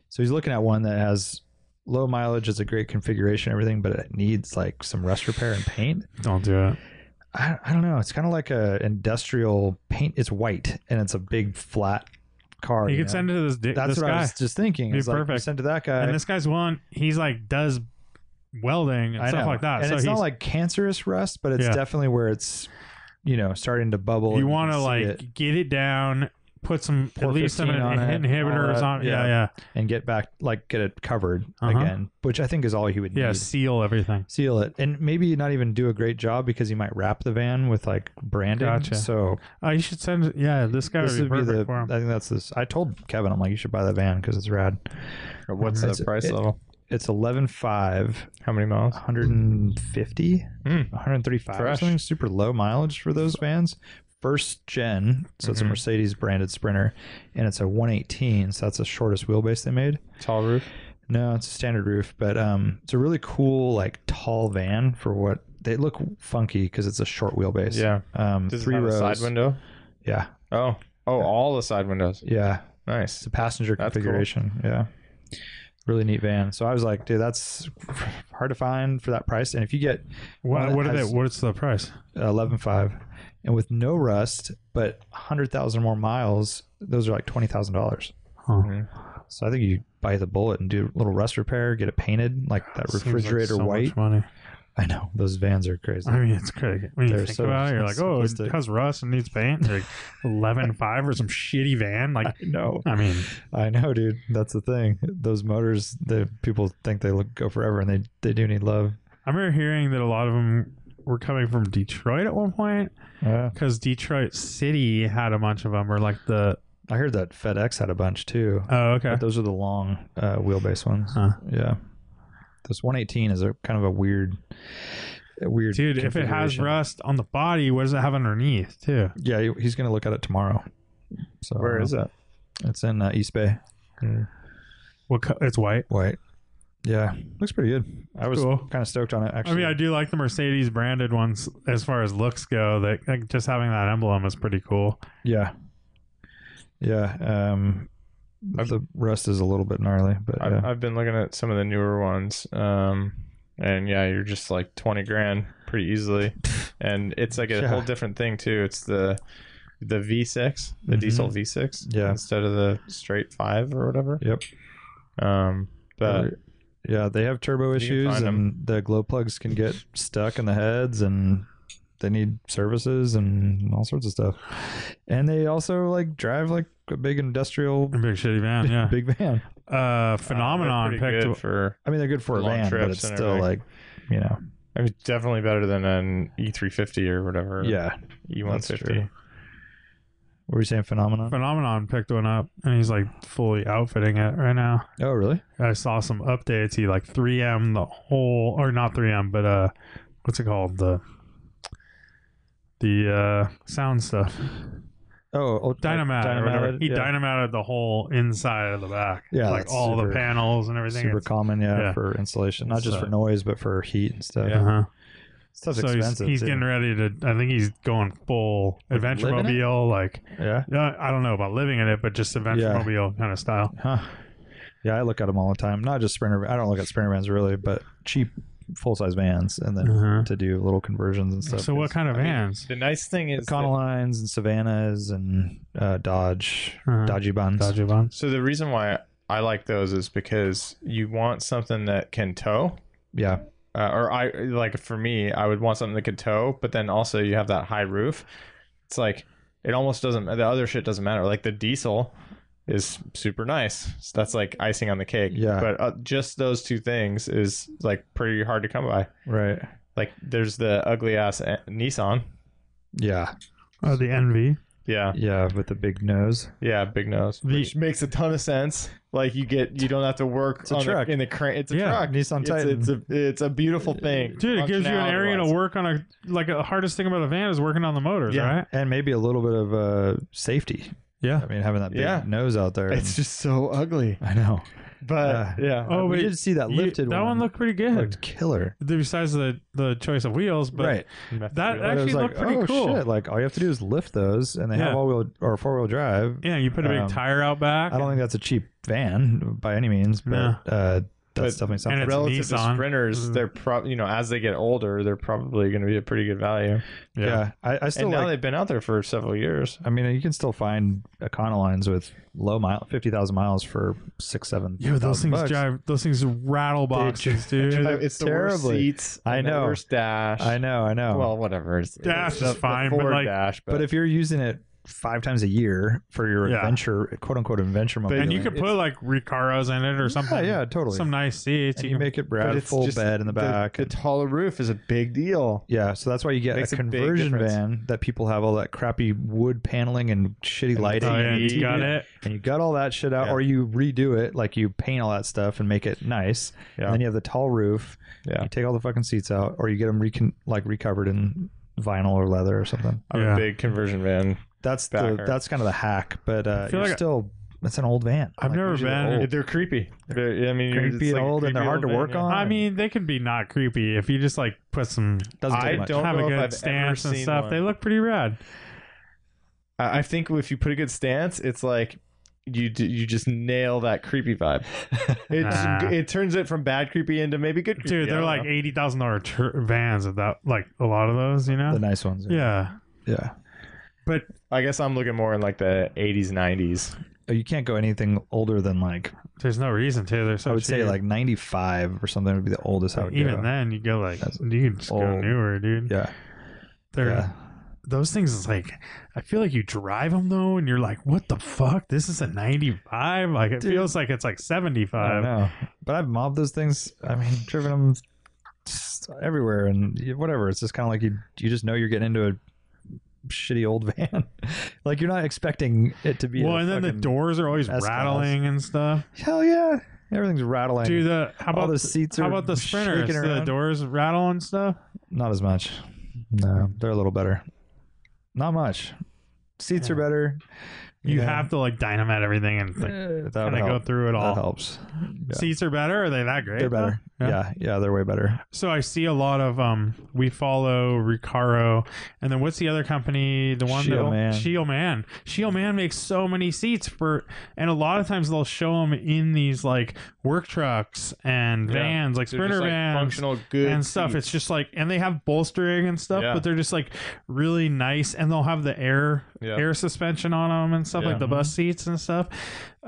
so he's looking at one that has low mileage, it's a great configuration, and everything, but it needs like some rust repair and paint.
don't do it.
I, I don't know. It's kind of like a industrial paint. It's white and it's a big flat car.
You
you
could
know?
send it to this, di-
That's
this
what I
guy.
was just thinking.
Be
It's like,
perfect.
Send to that guy.
and this guy's one he's like does welding and
I
stuff
know.
like that
And
so
it's
he's
not like cancerous rust, but it's
Yeah.
definitely where it's you know starting to bubble. and
you want to
can see
like
it.
get it down put some at least some
415 on it, all
inhibitors
that,
on.
yeah.
Yeah, yeah,
and get back like get it covered
Uh-huh.
again, which I think is all he would
yeah.
need.
seal everything.
Seal it, and maybe not even do a great job because he might wrap the van with like branding.
Gotcha.
So
Oh, you should send. Yeah, this guy
this
would
would be
be perfect
the.
for
I
him.
think that's this. I told Kevin, I'm like, you should buy that van because it's rad.
Or what's
It's-
the price
it-
level?
It's eleven five.
How many miles?
150,
Mm.
135 or
Fresh.
something. Super low mileage for those vans. First gen, so it's a
Mhm.
Mercedes branded Sprinter, and it's a 118, so that's the shortest wheelbase they made.
Tall roof.
No, it's a standard roof, but um, it's a really cool like tall van for what they look funky because it's a short wheelbase.
Yeah.
um,
Does
three
it have
rows.
a side window?
Yeah,
Oh, oh, all the side windows.
yeah. It's
Nice.
a passenger
That's cool.
configuration. Yeah. Really neat van. So I was like, dude, that's hard to find for that price. And if you get
What,
that
what are they?
has-
What's the price?
eleven five, and with no rust, but hundred thousand more miles, those are like twenty thousand dollars.
Huh.
So I think you buy the bullet and do a little rust repair, get it painted like that
Seems like
refrigerator
so much
white.
money.
I know those vans are crazy.
I mean, it's crazy. When you
They're
think
so
about it, you're like, oh, it
simplistic.
has rust and needs paint. Like eleven five or some shitty van. Like,
No,
I mean,
I know, dude. That's the thing. Those motors, the people think they look go forever, and they they do need love.
I remember hearing that a lot of them were coming from Detroit at one point
Yeah.
because Detroit City had a bunch of them, or like the
I heard that FedEx had a bunch too.
oh, okay,
But those are the long uh, wheelbase ones.
Huh.
Yeah. This 118 is a kind of a weird, a weird.
dude. If it has
configuration.
rust on the body, what does it have underneath too?
Yeah, he- he's gonna look at it tomorrow. So
Where is it?
It's in uh, East Bay.
What co- it's white.
White. Yeah, looks pretty good. I was
Cool.
kind of stoked on it
I
actually.
mean, I do like the Mercedes branded ones as far as looks go. That like, just having that emblem is pretty cool.
Yeah. Yeah. Um, the rust is a little bit gnarly, but
I've,
yeah.
I've been looking at some of the newer ones. Um, and yeah, you're just like 20 grand pretty easily. and it's like a
Yeah.
whole different thing too. It's the the V6, the
Mhm.
diesel V6
Yeah.
instead of the straight 5 or whatever.
Yep.
Um, but
yeah, they have turbo
You can
issues,
find
and
'em.
the glow plugs can get stuck in the heads, and they need services and all sorts of stuff. And they also like drive like a big industrial,
A big shitty van, yeah.
big van.
uh,
uh,
phenomenon
they're pretty
picked.
good for
I mean, they're good for a
Long
van, but
trips
it's
and
still
everything.
like, you know,
I mean, definitely better than an E350 or whatever. E
yeah. that's true.
E150.
What were you saying? Phenomenon?
Phenomenon picked one up, and he's like fully outfitting it right now.
oh, really?
I saw some updates. He like 3M the whole, or not 3M, but uh, what's it called the the uh sound stuff
Oh, oh
dynamat. or
Dynamat,
whatever. He
yeah.
dynamatted the whole inside of the back.
Yeah,
like
that's
all
super-
the panels and everything.
Super
It's-
common, yeah,
yeah.
for installation, not just
So-
for noise, but for heat and stuff.
Yeah.
Uh-huh.
Stuff's
so he's,
expensive.
he's
too.
getting ready to. I think he's going full adventure
living it?
mobile. Like
yeah.
uh, I don't know about living in it, but just adventure
Yeah.
mobile kind of style.
Huh. Yeah, I look at them all the time. Not just sprinter. I don't look at sprinter vans really, but cheap full size vans, and then
Uh-huh.
to do little conversions and stuff.
So what kind of
I mean,
vans?
The nice thing is. that-
Econolines and Savannas and uh, Dodge,
Uh-huh.
Dodgy buns.
Dodge Vans.
So the reason why I like those is because you want something that can tow.
Yeah,
Uh, or I like for me, I would want something that could tow, but then also you have that high roof. It's like it almost doesn't. The other shit doesn't matter. Like the diesel is super nice. So that's like icing on the cake.
Yeah.
But uh, just those two things is like pretty hard to come by.
right.
Like there's the ugly ass eh, Nissan.
Yeah,
Oh, the NV.
Yeah.
yeah, with the big nose.
Yeah, big nose,
The-
which makes a ton of sense. Like you get, you don't have to work
a
on the-
truck.
in the crane. It's a
Yeah,
truck.
Nissan
it's,
Titan.
It's a it's a beautiful thing,
Dude, it gives you an area to
functionality-wise.
work on a like the hardest thing about a van is working on the motors, right?
and maybe a little bit of uh, safety.
Yeah.
I mean, having that big
Yeah.
nose out there.
It's
and-
just so ugly,
I know.
but
Uh,
yeah.
Oh,
we
wait,
did see that
You-
lifted
that one,
one.
looked pretty good.
looked killer.
The- Besides the the choice of wheels, but
right.
that
But it
actually
was
looked
like,
pretty
oh,
cool.
shit. Like, all you have to do is lift those, and they
Yeah.
have all wheel or four wheel drive.
Yeah, you put a big
Um,
tire out back.
I don't think that's a cheap van by any means, but
No.
uh,
But-
that's definitely something.
it's-
Relative
Nissan.
to sprinters,
Mm.
they're probably you know as they get older, they're probably going to be a pretty good value.
yeah. I, I still
and now
like.
they've been out there for several years.
I mean, you can still find Econolines with low mile, fifty thousand miles for six, seven.
Yo, those
thousand
things
bucks.
drive. Those things rattle boxes, dude.
It's the worst
terribly.
seats.
I
and the
know.
worst dash.
I know, I know.
Well, whatever. It's,
Dash
it's the-
is
the
fine, but
Ford
like-
dash,
but if you're using it five times a year for your
Yeah.
adventure, quote unquote adventure mobility.
and you could put like Ricaros in it or something.
yeah, totally.
Some nice seats.
And
You
you
can-
make it Brad full bed in the back.
The,
and-
taller roof is a big deal.
yeah, so that's why you get
Makes
a
a big
conversion
difference.
van that people have all that crappy wood paneling and shitty lighting,
oh, yeah, you got it.
and you got all that shit out,
Yeah.
or you redo it, like you paint all that stuff and make it nice.
Yeah.
And then you have the tall roof.
Yeah.
You take all the fucking seats out, or you get them recon- like recovered in vinyl or leather or something.
I'm
Yeah.
a big conversion van.
That's the
Backer.
that's kind of the hack, but uh,
I feel
you're
like I-
still it's an old van.
I've never
usually
been-
they're old.
They're creepy. They're, I mean, you're-
Creepy and
it's like
old and
creepy
they're hard to
old
work
van, yeah.
on.
I mean, they can be not creepy if you just like put some
Doesn't take
I
much.
don't
have a
know if
good
I've
stance
ever
and
seen
stuff.
one.
They look pretty rad.
I I think if you put a good stance, it's like you d- you just nail that creepy vibe. It
Ah.
it turns it from bad creepy into maybe good. Creepy.
Dude,
I
they're
don't
like
know.
eighty thousand dollar tr- vans of that, like a lot of those, you know.
the nice ones.
yeah,
yeah.
but
I guess I'm looking more in like the 80s, 90s.
Oh, You can't go anything older than like
there's no reason to. They're so
I would say
cheap.
like 95 or something would be the oldest I would
even
go.
then you go like
That's
you can just go
old.
newer, dude.
Yeah.
They're
yeah.
those things is like I feel like you drive them though, and you're like, what the fuck? This is a ninety five. Like it feels like it's like seventy
I don't
five.
know. But I've mobbed those things. I mean, driven them just everywhere and you- whatever. It's just kind of like you you just know you're getting into a shitty old van. like you're not expecting it to be.
Well,
a
and then the
fucking-
doors are always
S-Class.
rattling and stuff.
Hell yeah. Everything's rattling.
Dude, the how
All
about
the seats
How
are
about the
shaking
sprinters? Do The
around.
doors rattle and stuff.
Not as much. No, they're a little better. Not much. Seats are better.
You
Yeah.
have to like dynamite everything and like,
Uh, that'll
kind of go
help.
through it all.
That helps. Yeah.
Seats are better. Are they that great?
They're
though?
better.
Yeah.
Yeah. yeah, they're way better.
So I see a lot of um. We follow Ricaro, and then what's the other company? The one
Shield
that
Man.
Shield Man. Shield Man makes so many seats for, and a lot of times they'll show them in these like work trucks and
Yeah.
vans, like
They're just,
sprinter
like,
vans,
functional good
and stuff. It's
seats.
just like, and they have bolstering and stuff,
Yeah.
but they're just like really nice, and they'll have the air
Yeah.
air suspension on them and stuff,
Yeah.
like the bus seats and stuff.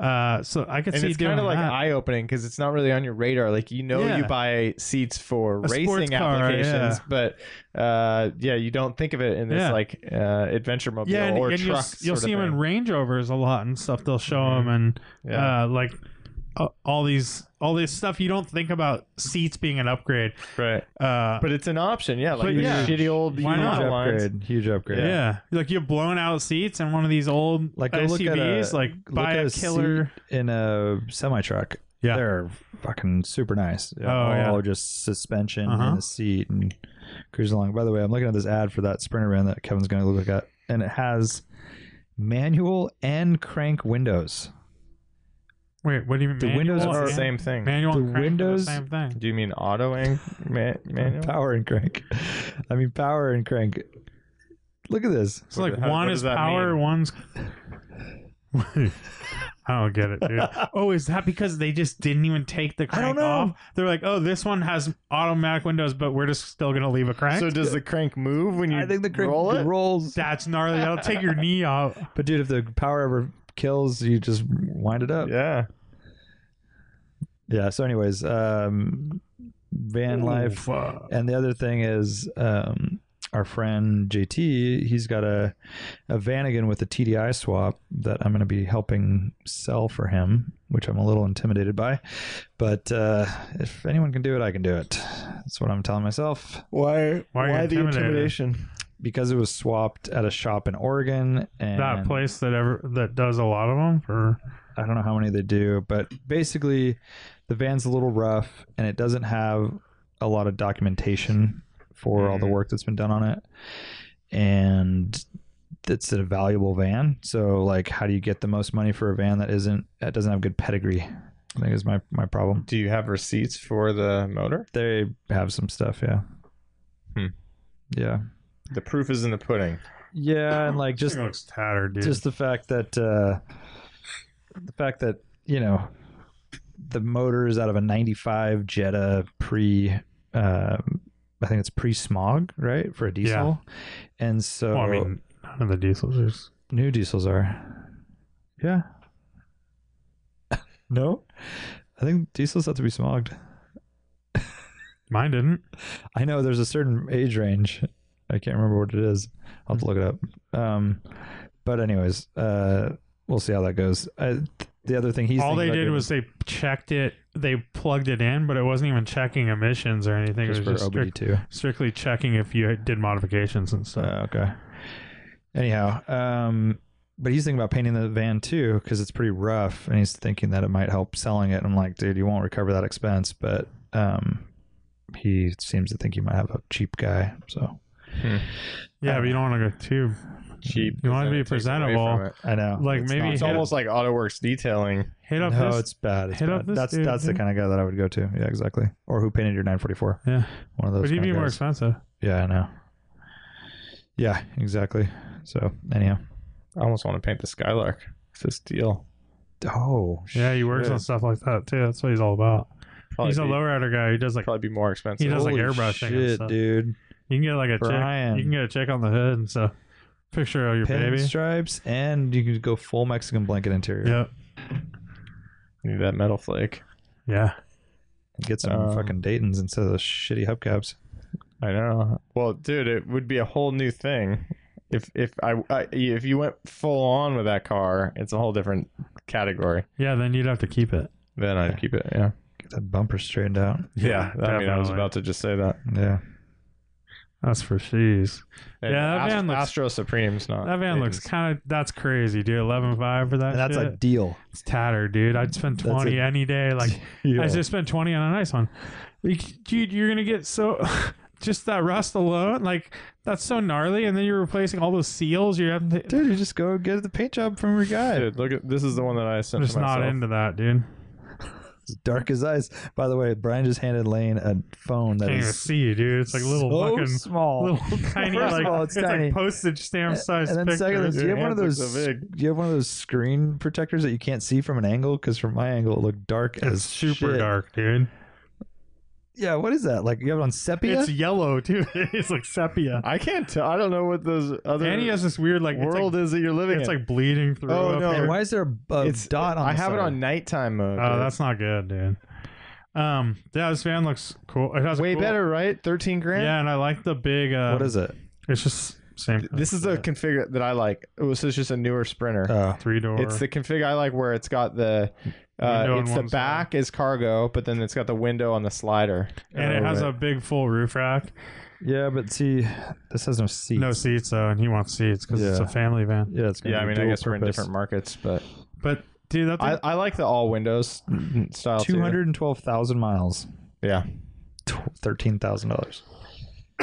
Uh, so I could
and
see
it's
doing
kind of like
that.
eye opening because it's not really on your radar. Like you know,
Yeah.
you buy seats for
A sports
racing
car,
applications, but uh, yeah, you don't think of it in this
Yeah.
like uh, adventure mobile
yeah, and,
or
and
truck.
you'll, you'll
sort
see
of
them in
thing. Mm-hmm.
Range Rovers a lot and stuff. They'll show them and
Yeah.
uh, like uh, all these all this stuff you don't think about seats being an upgrade.
right,
Uh,
but it's an option. Yeah, like
But
the
yeah.
shitty old
Why
Yamaha
not?
lines.
Upgrade, huge upgrade.
yeah. like you have blown out seats and one of these old
Like, go look at
SUVs.
a-
like
look
buy
at
a
a seat.
killer.
In a semi truck,
Yeah.
they're fucking super nice. Yeah,
Oh, yeah.
all just suspension
Uh-huh.
and a seat and cruising along. By the way, I'm looking at this ad for that sprinter van that Kevin's going to look at, and it has manual and crank windows.
Wait, what do you mean?
The
manual
windows
It's
are
the
and-
same thing.
Manual and
The
crank are
windows-
the same thing.
Do you mean auto and man- manual?
Power and crank. I mean, power and crank. Look at this.
It's like
What- how-
one
what
is
does that
power,
mean?
one's. I don't get it, dude. Oh, is that because they just didn't even take the crank
don't know.
off? They're like, oh, this one has automatic windows, but we're just still gonna leave a crank.
So does the crank move when you
I think the crank
roll it?
rolls.
That's gnarly. That'll take your knee out.
But dude, if the power ever kills, you just wind it up.
Yeah,
Yeah. So, anyways, um, van life,
Fuck.
and the other thing is um, our friend JT. He's got a a Vanagon with a TDI swap that I'm going to be helping sell for him, which I'm a little intimidated by. But uh, if anyone can do it, I can do it. That's what I'm telling myself.
Why?
Why are you why the intimidated? intimidation?
Because it was swapped at a shop in Oregon, and
That place that ever that does a lot of them for
I don't know how many they do, but basically, the van's a little rough and it doesn't have a lot of documentation for all the work that's been done on it. And it's a valuable van. So, like, how do you get the most money for a van that isn't that doesn't have good pedigree? I think is my my problem.
Do you have receipts for the motor?
They have some stuff, yeah,
Hmm.
yeah,
The proof is in the pudding.
yeah, and like
just
just
looks tattered, dude.
just the fact that uh, the fact that you know the motor is out of a 95 jetta pre uh, i think it's pre smog right for a diesel and so
well, I mean, none of the diesels are. s-
new diesels are yeah no i think diesels have to be smogged
Mine didn't.
i know there's a certain age range i can't remember what it is i'll have to look it up um But anyways, uh, we'll see how that goes. Uh, the other thing he's
All
thinking
they
about
did
doing-
was they checked it, they plugged it in, but it wasn't even checking emissions or anything.
just
it
for
was just
OBD
strict,
two.
strictly checking if you did modifications and stuff.
Uh, okay. Anyhow, um, but he's thinking about painting the van too because it's pretty rough, and he's thinking that it might help selling it. I'm like, dude, you won't recover that expense, but um, he seems to think you might have a cheap guy. So
yeah, but you don't want to go too.
Cheap.
You wanna
because then
be
it takes away
presentable.
from it.
I know,
Like
it's
maybe
not-
It's
hit,
almost like AutoWorks detailing.
hit up
no,
this.
it's bad. It's
hit
bad.
up this
that's
dude,
that's the
dude.
kind of guy that I would go to. Yeah, exactly. Or who painted your 944?
yeah,
One of those.
but he'd
kinda
be more
guys.
expensive.
Yeah, I know. Yeah, exactly. So anyhow,
I almost want to paint the Skylark. It's a steal.
oh
Yeah, he works
Shit.
on stuff like that too. That's what he's all about.
Probably
he's a
be,
low rider guy who does like
Probably be more expensive.
He does, like,
holy
airbrushing and
shit,
stuff.
dude.
you can get like a
Brian.
check. You can get a check on the hood and stuff. Picture of your baby.
Pinstripes, and you could go full Mexican blanket interior.
Yep.
Need that metal flake.
Yeah.
And Get some
Um,
fucking Dayton's instead of those shitty hubcaps.
I know. Well, dude, it would be a whole new thing. If if I, I if you went full on with that car, it's a whole different category.
Yeah. Then you'd have to keep it.
Then I'd keep it. Yeah.
Get that bumper straightened out.
Yeah. I mean, I was
definitely.
about to just say that.
Yeah.
That's for she's.
And
Yeah, that
Ast-
van looks-
Astro Supreme's not.
That van looks
Dayton's.
kind of. That's crazy, dude. Eleven five for that.
And that's
shit.
a deal.
It's tattered, dude. I'd spend
That's
twenty
a-
any day. Like I just spent twenty on a nice one. Like, dude, you're gonna get so just that rust alone. Like that's so gnarly, and then you're replacing all those seals. You're having to.
Dude, you just go get the paint job from your guy.
Dude, look at this is the one that I
I'm
sent
just
to myself.
not into that, dude.
It's dark as ice. By the way, Brian just handed Lane a phone that
Can't even
is
see you, dude. It's like little
so
fucking
small.
little tiny
First of
like
all, it's
it's,
tiny.
like postage stamp size.
and then
picture.
secondly, do you
Your
have one of
hands
those?
look so big.
Do you have one of those screen protectors that you can't see from an angle? Because from my angle, it looked dark
it's
as
super
shit.
dark, dude.
Yeah, what is that? Like you have it on sepia?
It's yellow too. it's like sepia.
I can't tell. I don't know what those other
And he has this weird like
world
It's like,
is that you're living
it's
in.
like bleeding through.
Oh,
up
no.
here.
and why is there a, a
It's-
dot on?
I
the
have it
side?
on nighttime mode.
Oh,
dude.
that's not good, dude. Um, yeah, this van looks cool. It has a
way
cool-
better, right? Thirteen grand.
Yeah, and I like the big. Uh,
What is it?
It's just same thing.
This is the config that I like. It was it's just a newer Sprinter.
Oh,
three door.
It's the config I like where it's got the
Window
uh,
on
it's the
one side.
back is cargo, but then it's got the window on the slider.
and it
Oh,
has
right.
a big full roof rack.
yeah, but see, this has no seat.
No seats though, and he wants seats because it's
Yeah.
a family van.
Yeah, it's gonna
Yeah,
be
I mean, I
dual
guess we're in
purpose.
different markets, but
But dude, that
I,
thing,
I like the all windows style. too.
Two hundred and twelve thousand miles,
Yeah,
thirteen thousand dollars.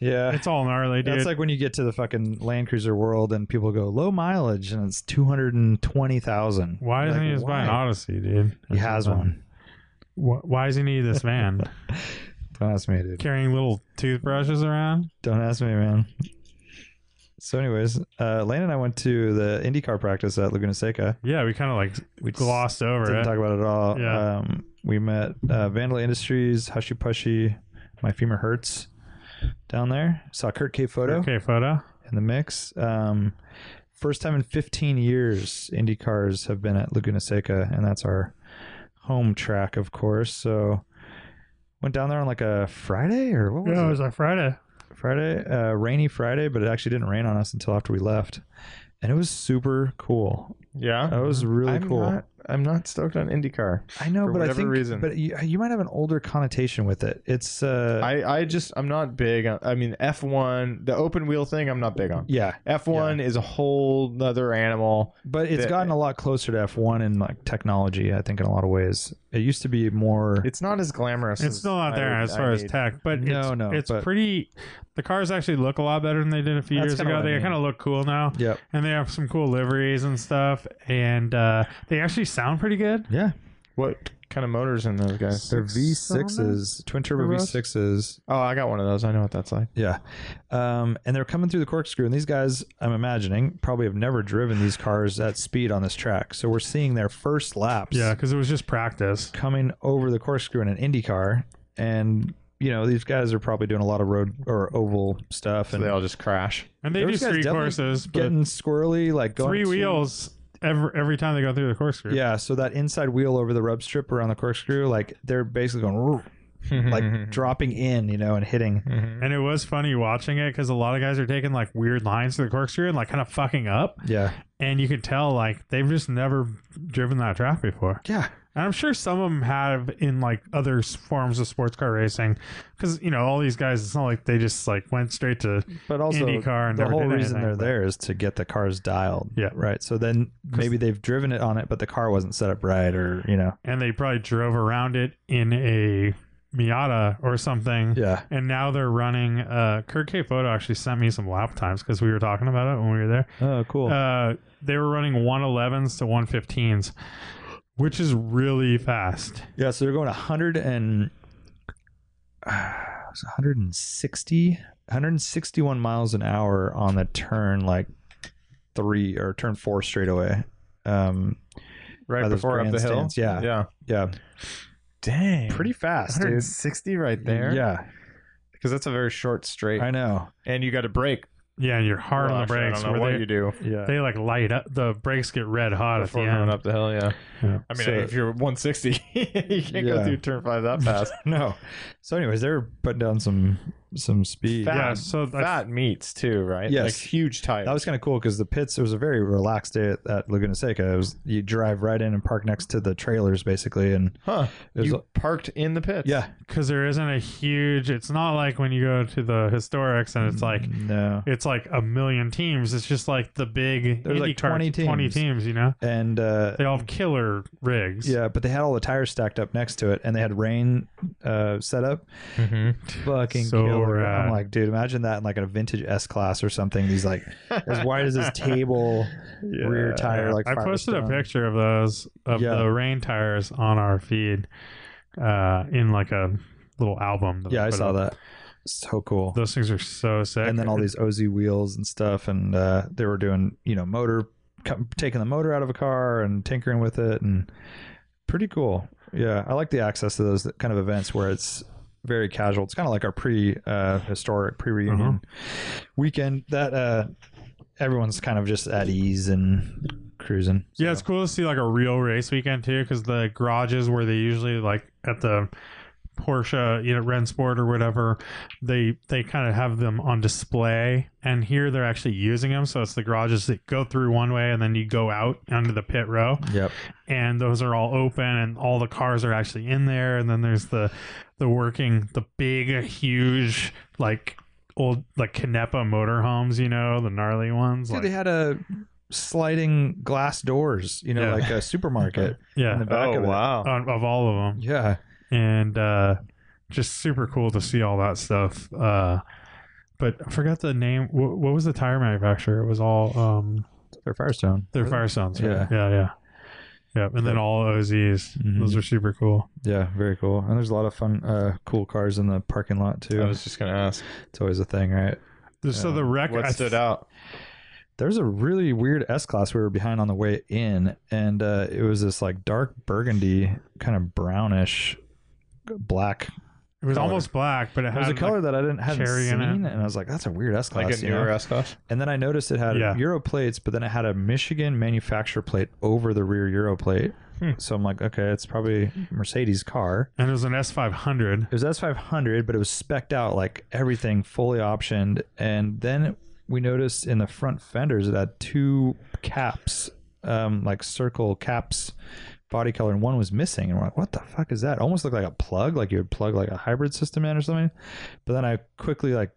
Yeah,
it's all gnarly, dude.
uh, That's like when you get to the fucking Land Cruiser world and people go low mileage and it's two hundred and twenty thousand.
why doesn't he just buy an Odyssey, dude?
He has one.
Wh- Why does he need this van?
Don't ask me, dude.
Carrying little toothbrushes around?
Don't ask me, man. So, anyways, uh, Lane and I went to the IndyCar practice at Laguna Seca.
Yeah, we kind of like
We just
glossed over
didn't
it.
talk about it at all.
Yeah.
Um, we met uh, Vandal Industries, Hushy Pushy, my femur hurts down there. Saw Kurt K. Photo
Okay, photo.
in the mix. Um, first time in 15 years, IndyCars have been at Laguna Seca, and that's our home track, of course. So went down there on like a Friday or what was
Yeah,
it?
it was on Friday.
Friday, uh, rainy Friday, but it actually didn't rain on us until after we left. And it was super cool.
yeah.
That was really
I'm
cool.
Not, I'm not stoked on IndyCar.
I know,
Mm-hmm. for
but I
whatever
think,
reason.
but you, you might have an older connotation with it. It's, uh,
I, I just I'm not big on. I mean, F1, the open wheel thing, I'm not big on.
yeah,
F1 is a whole nother animal.
but it's
The-
gotten a lot closer to F1 in like technology. I think in a lot of ways, it used to be more.
It's not as glamorous.
It's
as
still not
I
there
would-
as
I
far as
need.
tech, but
No,
it's,
no,
it's
but-
pretty. The cars actually look a lot better than they did a few
That's
years
kinda
ago.
what I
They
mean.
kind of look cool now,
Yep.
and they have some cool liveries and stuff, and uh, they actually sound pretty good.
Yeah.
What kind of motors in those guys?
They're V6s, twin turbo
Turbos?
V6s.
Oh, I got one of those. I know what that's like.
Yeah. Um, and they're coming through the corkscrew. And these guys, I'm imagining, probably have never driven these cars at speed on this track. So we're seeing their first laps
Yeah, because it was just practice.
coming over the corkscrew in an Indy car. And, you know, these guys are probably doing a lot of road or oval stuff
So
and
they all just crash.
And they
Those
do
guys
street
definitely
courses, but
getting squirrely, like going
three
too-
wheels every every time they go through the course group.
Yeah. So that inside wheel over the rub strip around the corkscrew, like they're basically going, "Roo, like dropping in, you know, and hitting.
And it was funny watching it because a lot of guys are taking like weird lines to the corkscrew and like kind of fucking up.
Yeah.
And you could tell like they've just never driven that track before.
Yeah.
And I'm sure some of them have in like other s- forms of sports car racing because, you know, all these guys, it's not like they just like went straight to
But also,
IndyCar and
the
never
whole
did
reason
anything,
they're
but-
there is to get the cars dialed.
Yeah.
Right. So then maybe they've driven it on it, but the car wasn't set up right, or you know.
and they probably drove around it in a Miata or something.
Yeah.
And now they're running. Uh, Kurt K. Photo actually sent me some lap times because we were talking about it when we were there.
Oh, cool.
Uh, they were running 111s to 115s, which is really fast.
yeah. So they're going 100 and uh, it was 160, 161 miles an hour on the turn like three or turn four straight away. Um. by
right
those
before up the hill.
grandstands, yeah.
yeah.
Yeah.
Dang,
Pretty fast, dude.
160 right there.
Yeah.
because that's a very short straight,
I know.
and you got to brake
Yeah, and you're hard on the
Gosh,
brakes.
I don't know
where
what
they,
you do
Yeah.
they like light up. The brakes get red hot at the
before coming
end.
up the hill. Yeah,
Yeah.
I mean,
So-
if you're 160, you can't
Yeah.
go through turn five that fast.
no. So, anyways, they're putting down some some speed.
Fat,
Yeah, so that's-
fat meats too, right?
Yes.
like huge tires.
That was kind of cool because the pits. It was a very relaxed day at, at Laguna Seca. It was you drive right in and park next to the trailers, basically, and
huh?
it was
you parked in the pits.
yeah,
Because there isn't a huge. It's not like when you go to the historics and it's like
Mm, no.
it's like a million teams. It's just like the big
There's like
IndyCar
20 teams.
you know,
And uh,
they all have killer rigs.
yeah, but they had all the tires stacked up next to it, and they had rain uh, set up.
Mm-hmm.
Mhm.
Fucking
So
killer.
rad.
I'm like, dude, imagine that in like a vintage S class or something. These like as wide as this table, rear tire. Like
I posted a
Firestone.
picture of those of
Yeah.
the rain tires on our feed, uh, in like a little album. that
Yeah, I
put
saw
up.
that. So cool.
Those things are so sick.
and then all these OZ wheels and stuff, and uh, they were doing you know motor com- taking the motor out of a car and tinkering with it, and pretty cool. Yeah, I like the access to those kind of events where it's very casual. It's kind of like our pre uh, historic pre reunion
Uh-huh.
weekend that uh, everyone's kind of just at ease and cruising.
Yeah, it's cool to see like a real race weekend too, because the garages where they usually like at the Porsche, you know, Rensport or whatever, they they kind of have them on display, and here they're actually using them. So it's the garages that go through one way, and then you go out onto the pit row,
Yep.
and those are all open, and all the cars are actually in there, and then there's the the working the big huge like old like Canepa motorhomes, you know, the gnarly ones.
Dude,
like-
they had a sliding glass doors, you know,
Yeah.
like a supermarket in
yeah,
the back
Oh
of it.
wow.
on, of all of them.
Yeah.
and uh, just super cool to see all that stuff. Uh, but I forgot the name. What, what was the tire manufacturer? It was all um,
They're Firestone.
their Firestones.
Yeah.
Right? Yeah, yeah, yeah. And then all OZs.
Mhm.
Those are super cool.
Yeah, very cool. And there's a lot of fun, uh, cool cars in the parking lot too.
I was just gonna ask
it's always a thing, right?
The- So the wreck.
what
I
stood
th-
out.
There's a really weird S class we were behind on the way in, and uh, it was this like dark burgundy, kind of brownish, black.
It was
color.
almost black, but it
It
had
was a
like-
color that I didn't hadn't
cherry
seen,
in it.
and I was like, "That's a weird S class."
Like a newer S class.
And then I noticed it had
Yeah.
Euro plates, but then it had a Michigan manufacturer plate over the rear Euro plate.
Hmm.
So I'm like, okay, it's probably Mercedes car.
and it was an S five hundred.
It was S500, but it was specked out like everything fully optioned. And then we noticed in the front fenders it had two caps, um, like circle caps, body color, and one was missing. And we're like, what the fuck is that? Almost looked like a plug, like you would plug like a hybrid system in or something. But then I quickly like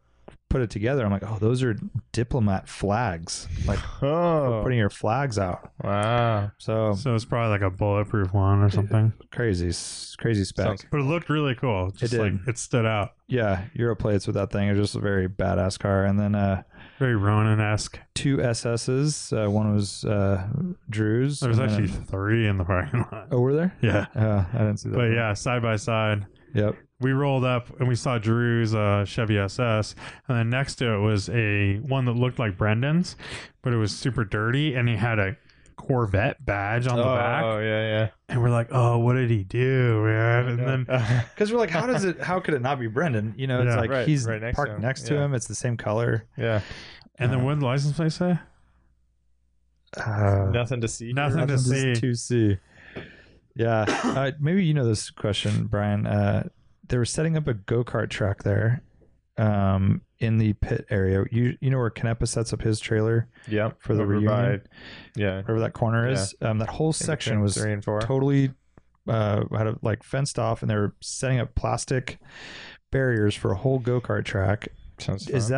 put it together. I'm like, oh, those are diplomat flags, like
Oh
putting your flags out.
wow.
So
So it's probably like a bulletproof one or something.
crazy, s- crazy spec.
Sounds-
But it looked really cool. Just
did.
like it stood out.
yeah, Euro plates with that thing. It was just a very badass car. And then, uh,
Very Ronin esque.
two SSs. Uh, one was uh, Drew's.
There was
and then-
actually three in the parking lot.
Oh, were there?
Yeah.
Uh, I didn't see that.
But
one.
yeah, side by side.
Yep.
we rolled up and we saw Drew's uh, Chevy SS, and then next to it was a one that looked like Brendan's, but it was super dirty, and he had a Corvette badge on the
oh,
back,
yeah,
and we're like, "Oh, what did he do, man?" And then
yeah.
Because we're like, how does it? How could it not be Brendan? You know, it's
Yeah.
like
Right,
he's
right next to
parked
him.
next to
Yeah.
him. It's the same color.
yeah.
and then what did the license plate say?
Uh,
Nothing to see.
Nothing to see.
Two C. Yeah. Uh, maybe you know this question, Brian. Uh, they were setting up a go kart track there, um, in the pit area. You you know where Canepa sets up his trailer
Yep.
for the
over
reunion,
by- yeah.
wherever that corner is. Um, that whole section
Between
was
three and four.
totally uh, had a, like fenced off, and they were setting up plastic barriers for a whole go kart track.
Sounds
Is
fun.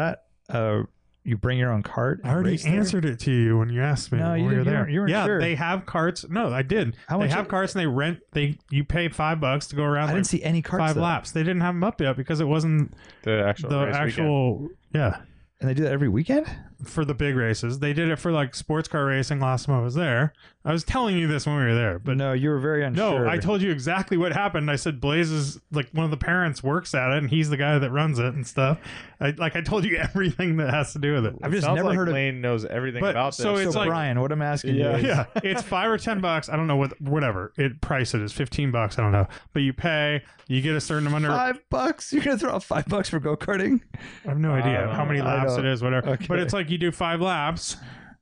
that uh, you bring your own cart?
I
and
already
race there?
answered it to you when you asked me.
No,
when
you
we were
didn't- you
there.
weren't- you weren't
yeah,
sure.
they have carts. No, I did.
How
they
much
have
it-
carts and they rent. They you pay five bucks to go around.
I
like
didn't see any carts.
five
though.
laps. They didn't have them up yet because it wasn't
the actual
the
race weekend.
actual. Yeah,
and they do that every weekend.
for the big races, they did it for like sports car racing. Last time I was there, I was telling you this when we were there, but
But no, you were very
No,
unsure.
I told you exactly what happened. I said Blaze is like one of the parents works at it, and he's the guy that runs it and stuff. I like I told you everything that has to do with it.
I've just
Sounds
never
like
heard of.
Lane knows everything
But-
about this.
so
so
it's like-
Brian, what I'm asking
Yeah.
you is,
yeah, it's five or ten bucks. I don't know what whatever it price it is fifteen bucks. I don't know, but you pay, you get a certain amount. Of,
five bucks? You're gonna throw out five bucks for go karting?
I have no idea
don't
how many
know. I
laps it
don't-
is, whatever.
Okay.
But it's like you do five laps,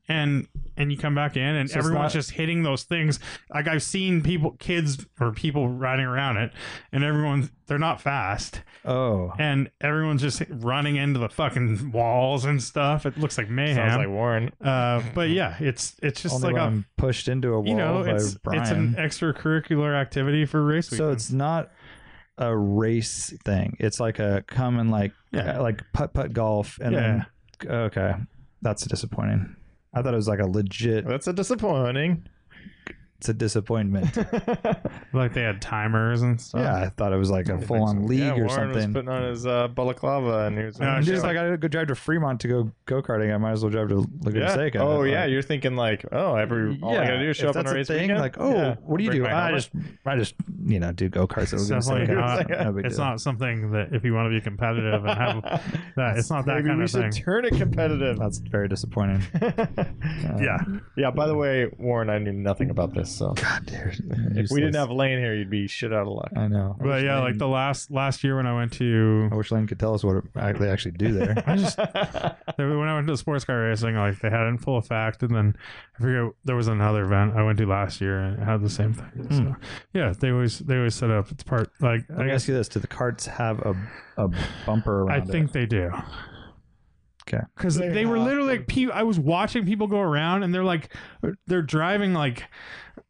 and and you come back in, and
So it's
everyone's
not-
just hitting those things. Like I've seen people, kids or people riding around it, and everyone's they're not fast.
Oh,
and everyone's just running into the fucking walls and stuff. It looks like
Sounds
mayhem.
like Warren.
uh, but yeah, it's it's just
only
like
when
a
I'm pushed into a wall
you know
by
it's
Brian.
it's an extracurricular activity for race week.
so it's not a race thing. It's like a come and like
Yeah.
uh, like putt putt golf and
Yeah.
then okay, that's disappointing. I thought it was like a legit.
That's a disappointing.
It's a disappointment.
like they had timers and stuff.
yeah, I thought it was like a full on league
yeah,
or
Warren
something.
was putting on his uh, balaclava and he was
No,
I'm
it's
just
Yeah.
like I gotta go drive to Fremont to go go karting. I might as well drive to Laguna
yeah.
Seca.
Oh
Like,
yeah, you're thinking like, oh, every all I gotta do is
if
show up on
that's
a race
thing,
weekend.
Like, oh,
Yeah.
what do you
Bring
do?
my
I
helmet.
just, I just, you know, do go karts.
It's definitely not.
no big
It's
deal.
not something that if you want to be competitive and have that, it's not that
Maybe
kind
we
of
should
thing.
turn it competitive.
That's very disappointing. Uh,
yeah,
yeah. By the way, Warren, I knew nothing about this, so
God, dear.
if we didn't have Lane here, you'd be shit out of luck.
I know. I
but
wish
yeah,
Lane-
like the last last year when I went to
I wish Lane could tell us what it, act- they actually do there.
I just there- when I went to the sports car racing, like they had it in full effect, and then I forget there was another event I went to last year and it had the same thing. So yeah, they always they always set up. It's part like
Let
I
me
guess
ask you this: Do the carts have a a bumper
I
around?
think they do.
'Kay.
because they, were literally like pe- I was watching people go around and they're like they're driving like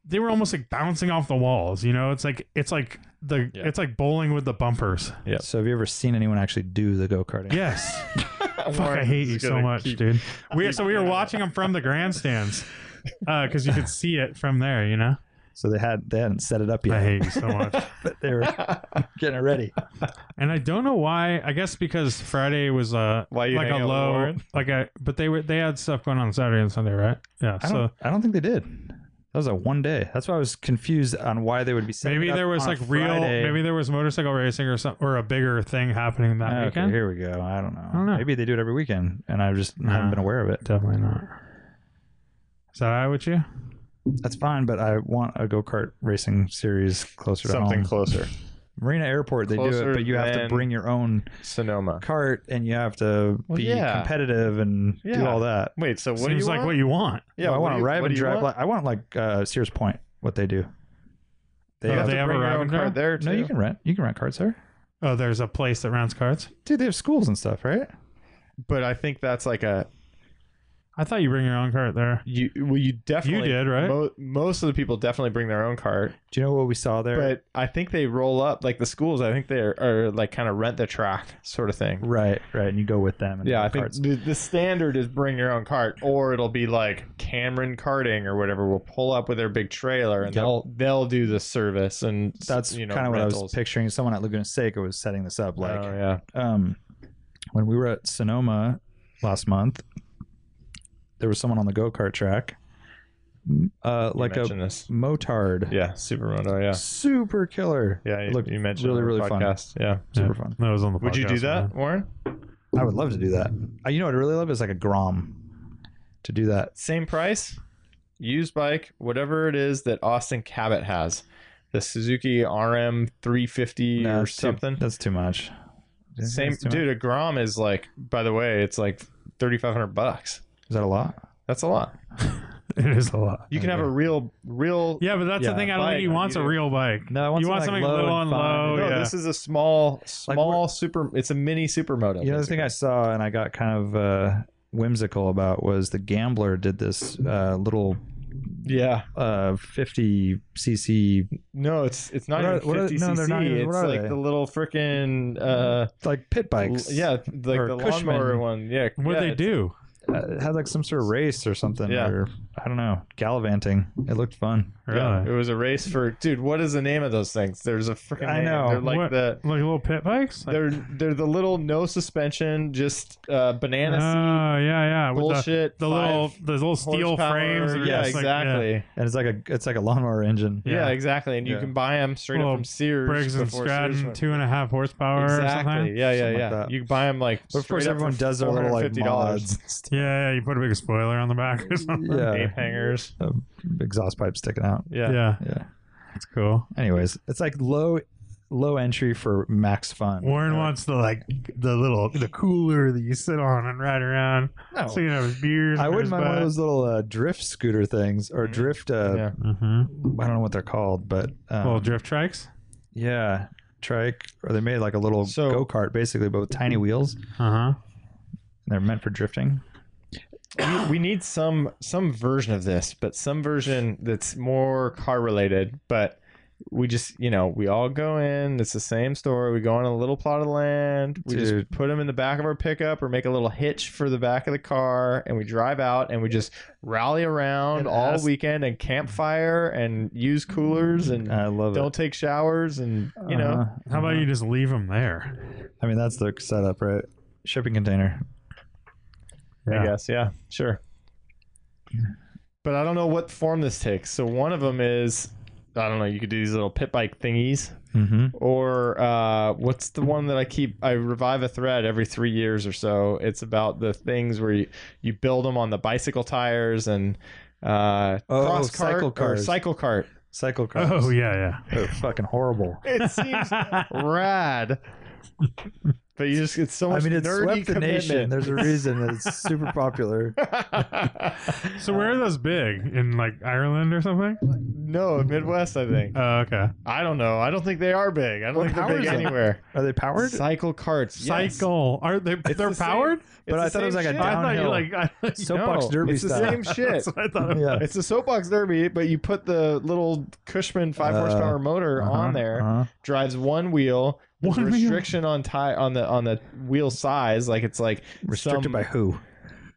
they were almost like bouncing off the walls. You know, it's like it's like the
Yeah.
it's like bowling with the bumpers.
It? So have you ever seen anyone actually do the go karting?
Yes. Fuck, I
Warren's
hate you
just
so
gonna
much,
keep-
dude. We so we were watching them from the grandstands because you could see it from there. You know,
So they had they hadn't set it up yet.
I hate you so much,
but they were getting it ready.
and I don't know why. I guess because Friday was uh,
Why you
like
hang out
a
with
low,
Warren?
like a but they were they had stuff going on Saturday and Sunday, right? Yeah,
I
so
don't, I don't think they did. That was a one day. That's why I was confused on why they would be. setting
maybe
it up
there was
on a
like real,
Friday.
maybe there was motorcycle racing or something or a bigger thing happening that
Okay,
weekend.
here we go. I don't know.
don't know. Uh-huh.
Maybe they do it every weekend, and I just
No.
haven't been aware of it.
Definitely not. Is that all right with you?
That's fine, but I want a go kart racing series closer to
something
home.
closer.
Marina Airport, they do
Closer
it, but you have to
than-
bring your own
Sonoma.
cart, and you have to
Well,
be
yeah.
competitive and do
Yeah.
all that.
Wait, so what do
Seems
you
like
want?
what you want.
yeah,
I
what
want
do
to
you-
ride
what
and
do you
drive. Like,
want?
I want like uh, Sears Point. What they do? They
Oh,
have
they
to
have a
bring your
ride
own
and
cart.
drive?
there too.
No, you can rent. You can rent carts there,
Oh, there's a place that rounds cards.
dude. They have schools and stuff, right?
But I think that's like a
I thought you bring your own cart there.
you. Well, you definitely
did, right?
Mo- most of the people definitely bring their own cart,
Do you know what we saw there?
but I think they roll up like the schools. I think they are, are like kind of rent the track sort of thing.
right, right, and you go with them. And
Yeah, I
have
think
carts.
the, the standard is bring your own cart, or it'll be like Cameron Karting or whatever. will pull up with their big trailer and
Yep.
they'll they'll do the service and
that's
you know
kind of what I was
rentals.
picturing. Someone at Laguna Seca was setting this up. Like,
oh yeah,
um, when we were at Sonoma last month, there was someone on the go kart track, uh, like a
mentioned this.
motard,
yeah supermoto yeah
super killer.
yeah. You,
It looked
you mentioned
really,
on the
really fun.
podcast. Yeah,
super
Yeah.
fun.
That was on the.
would you do
podcast,
that,
man.
Warren?
I would love to do that. Uh, you know what I really love is like a Grom to do that.
same price, used bike, whatever it is that Austin Cabot has, the Suzuki RM 350
No,
or
it's too-
something.
that's too much. That's
Same
too much.
dude, a Grom is like. By the way, it's like 3,500 bucks.
Is that a lot?
That's a lot.
It is a lot.
You can have a real, real.
Yeah, but that's
Yeah,
the thing. I don't
bike.
think he wants a
You-
real bike.
No, I want
you want
something,
something
like, low
little
and
and
fine.
low.
No,
yeah.
this is a small,
oh, Like,
small super. It's a mini supermoto.
The other thing I saw and I got kind of uh, whimsical about was the Gambler did this uh, little
basically. yeah.
uh, 50 cc
No, it's it's not
What are-
even
what are-
50
no, they're
cc.
not even-
it's
what are
like
they?
the little freaking uh,
like pit bikes.
l- yeah, like
Or
the
Cushman.
lawnmower one. Yeah,
what
yeah,
would they
it's-
do?
Uh, it had like some sort of race or something.
Yeah.
Or I don't know, gallivanting. It looked fun.
Yeah,
Really?
it was a race for dude. What is the name of those things? There's a freaking.
I
name.
know.
They're like
What-
the.
like little pit bikes. Like,
They're they're the little no suspension, just uh,
oh
banana seat
yeah, yeah. With the-
bullshit.
The,
five
little, those little steel
horsepower.
frames. that are
Yeah,
just like-
exactly.
And it's like a it's like a lawnmower engine.
yeah.
Yeah.
exactly. And you
Yeah.
can buy them straight
Little
up from Sears.
Briggs and
before Sears
Stratton,
went-
two and a half horsepower or something.
Exactly. Yeah, yeah,
Something like
yeah.
that.
you can buy them like.
But of course,
straight up
everyone
for
does their little like
$450.
mods.
Yeah, yeah, you put a big spoiler on the back or something.
yeah,
Ape hangers.
exhaust pipe sticking out.
Yeah.
Yeah,
Yeah.
it's cool.
Anyways, it's like low low entry for max fun.
Warren wants the like the little the cooler that you sit on and ride around.
No.
So you can have his beers.
I
and
wouldn't
his
mind one of
butt.
those little uh, drift scooter things or
Mhm.
drift. Uh,
Yeah.
Mhm.
I don't know what they're called, but um,
Little drift trikes.
yeah, trike or they made like a little
So- Mm-hmm.
go kart basically, but with tiny wheels. And
Uh huh.
they're meant for drifting.
we, we need some some version of this, but some version that's more car related. But we just, you know, we all go in. It's the same story. We go on a little plot of land. We
Dude.
just put them in the back of our pickup or make a little hitch for the back of the car, and we drive out and we just rally around
And
all
ask-
weekend and campfire and use coolers and
I love
don't
it.
take showers and you know.
Mm-hmm. Uh-huh.
How about you just leave them there?
I mean, that's the setup, right? Shipping container.
I guess. Yeah, sure. But I don't know what form this takes. So one of them is, I don't know. You could do these little pit bike thingies,
Mm-hmm.
or uh, what's the one that I keep? I revive a thread every three years or so. It's about the things where you, you build them on the bicycle tires and uh,
Oh,
cross cart
cycle
or
cars.
cycle cart.
Cycle cars.
Oh yeah,
They're fucking horrible.
It seems
yeah.
rad. But you just it's so
I
much
mean, it
nerdy
swept the nation.
commitment.
There's a reason that it's super popular.
so where are those big in like Ireland or something?
no, Midwest, I think.
Oh, okay.
I don't know. I don't think they are big. I don't
What
think they're
powers
big
them?
anywhere.
Are they powered?
Cycle carts. yes.
Cycle. Are they? they're
the same-
powered.
It's
But I
the
thought it was
same
like a
shit.
I thought you
downhill.
like. I thought you-
Soapbox derby
It's the
style.
same shit.
That's what I thought.
Yeah.
It's a soapbox derby, but you put the little Cushman five
Uh,
horsepower motor
Uh-huh,
on there,
uh-huh.
drives one wheel. there's
One
a
wheel?
restriction on tie on the on the wheel size, like it's like
Restricted
some-
by who?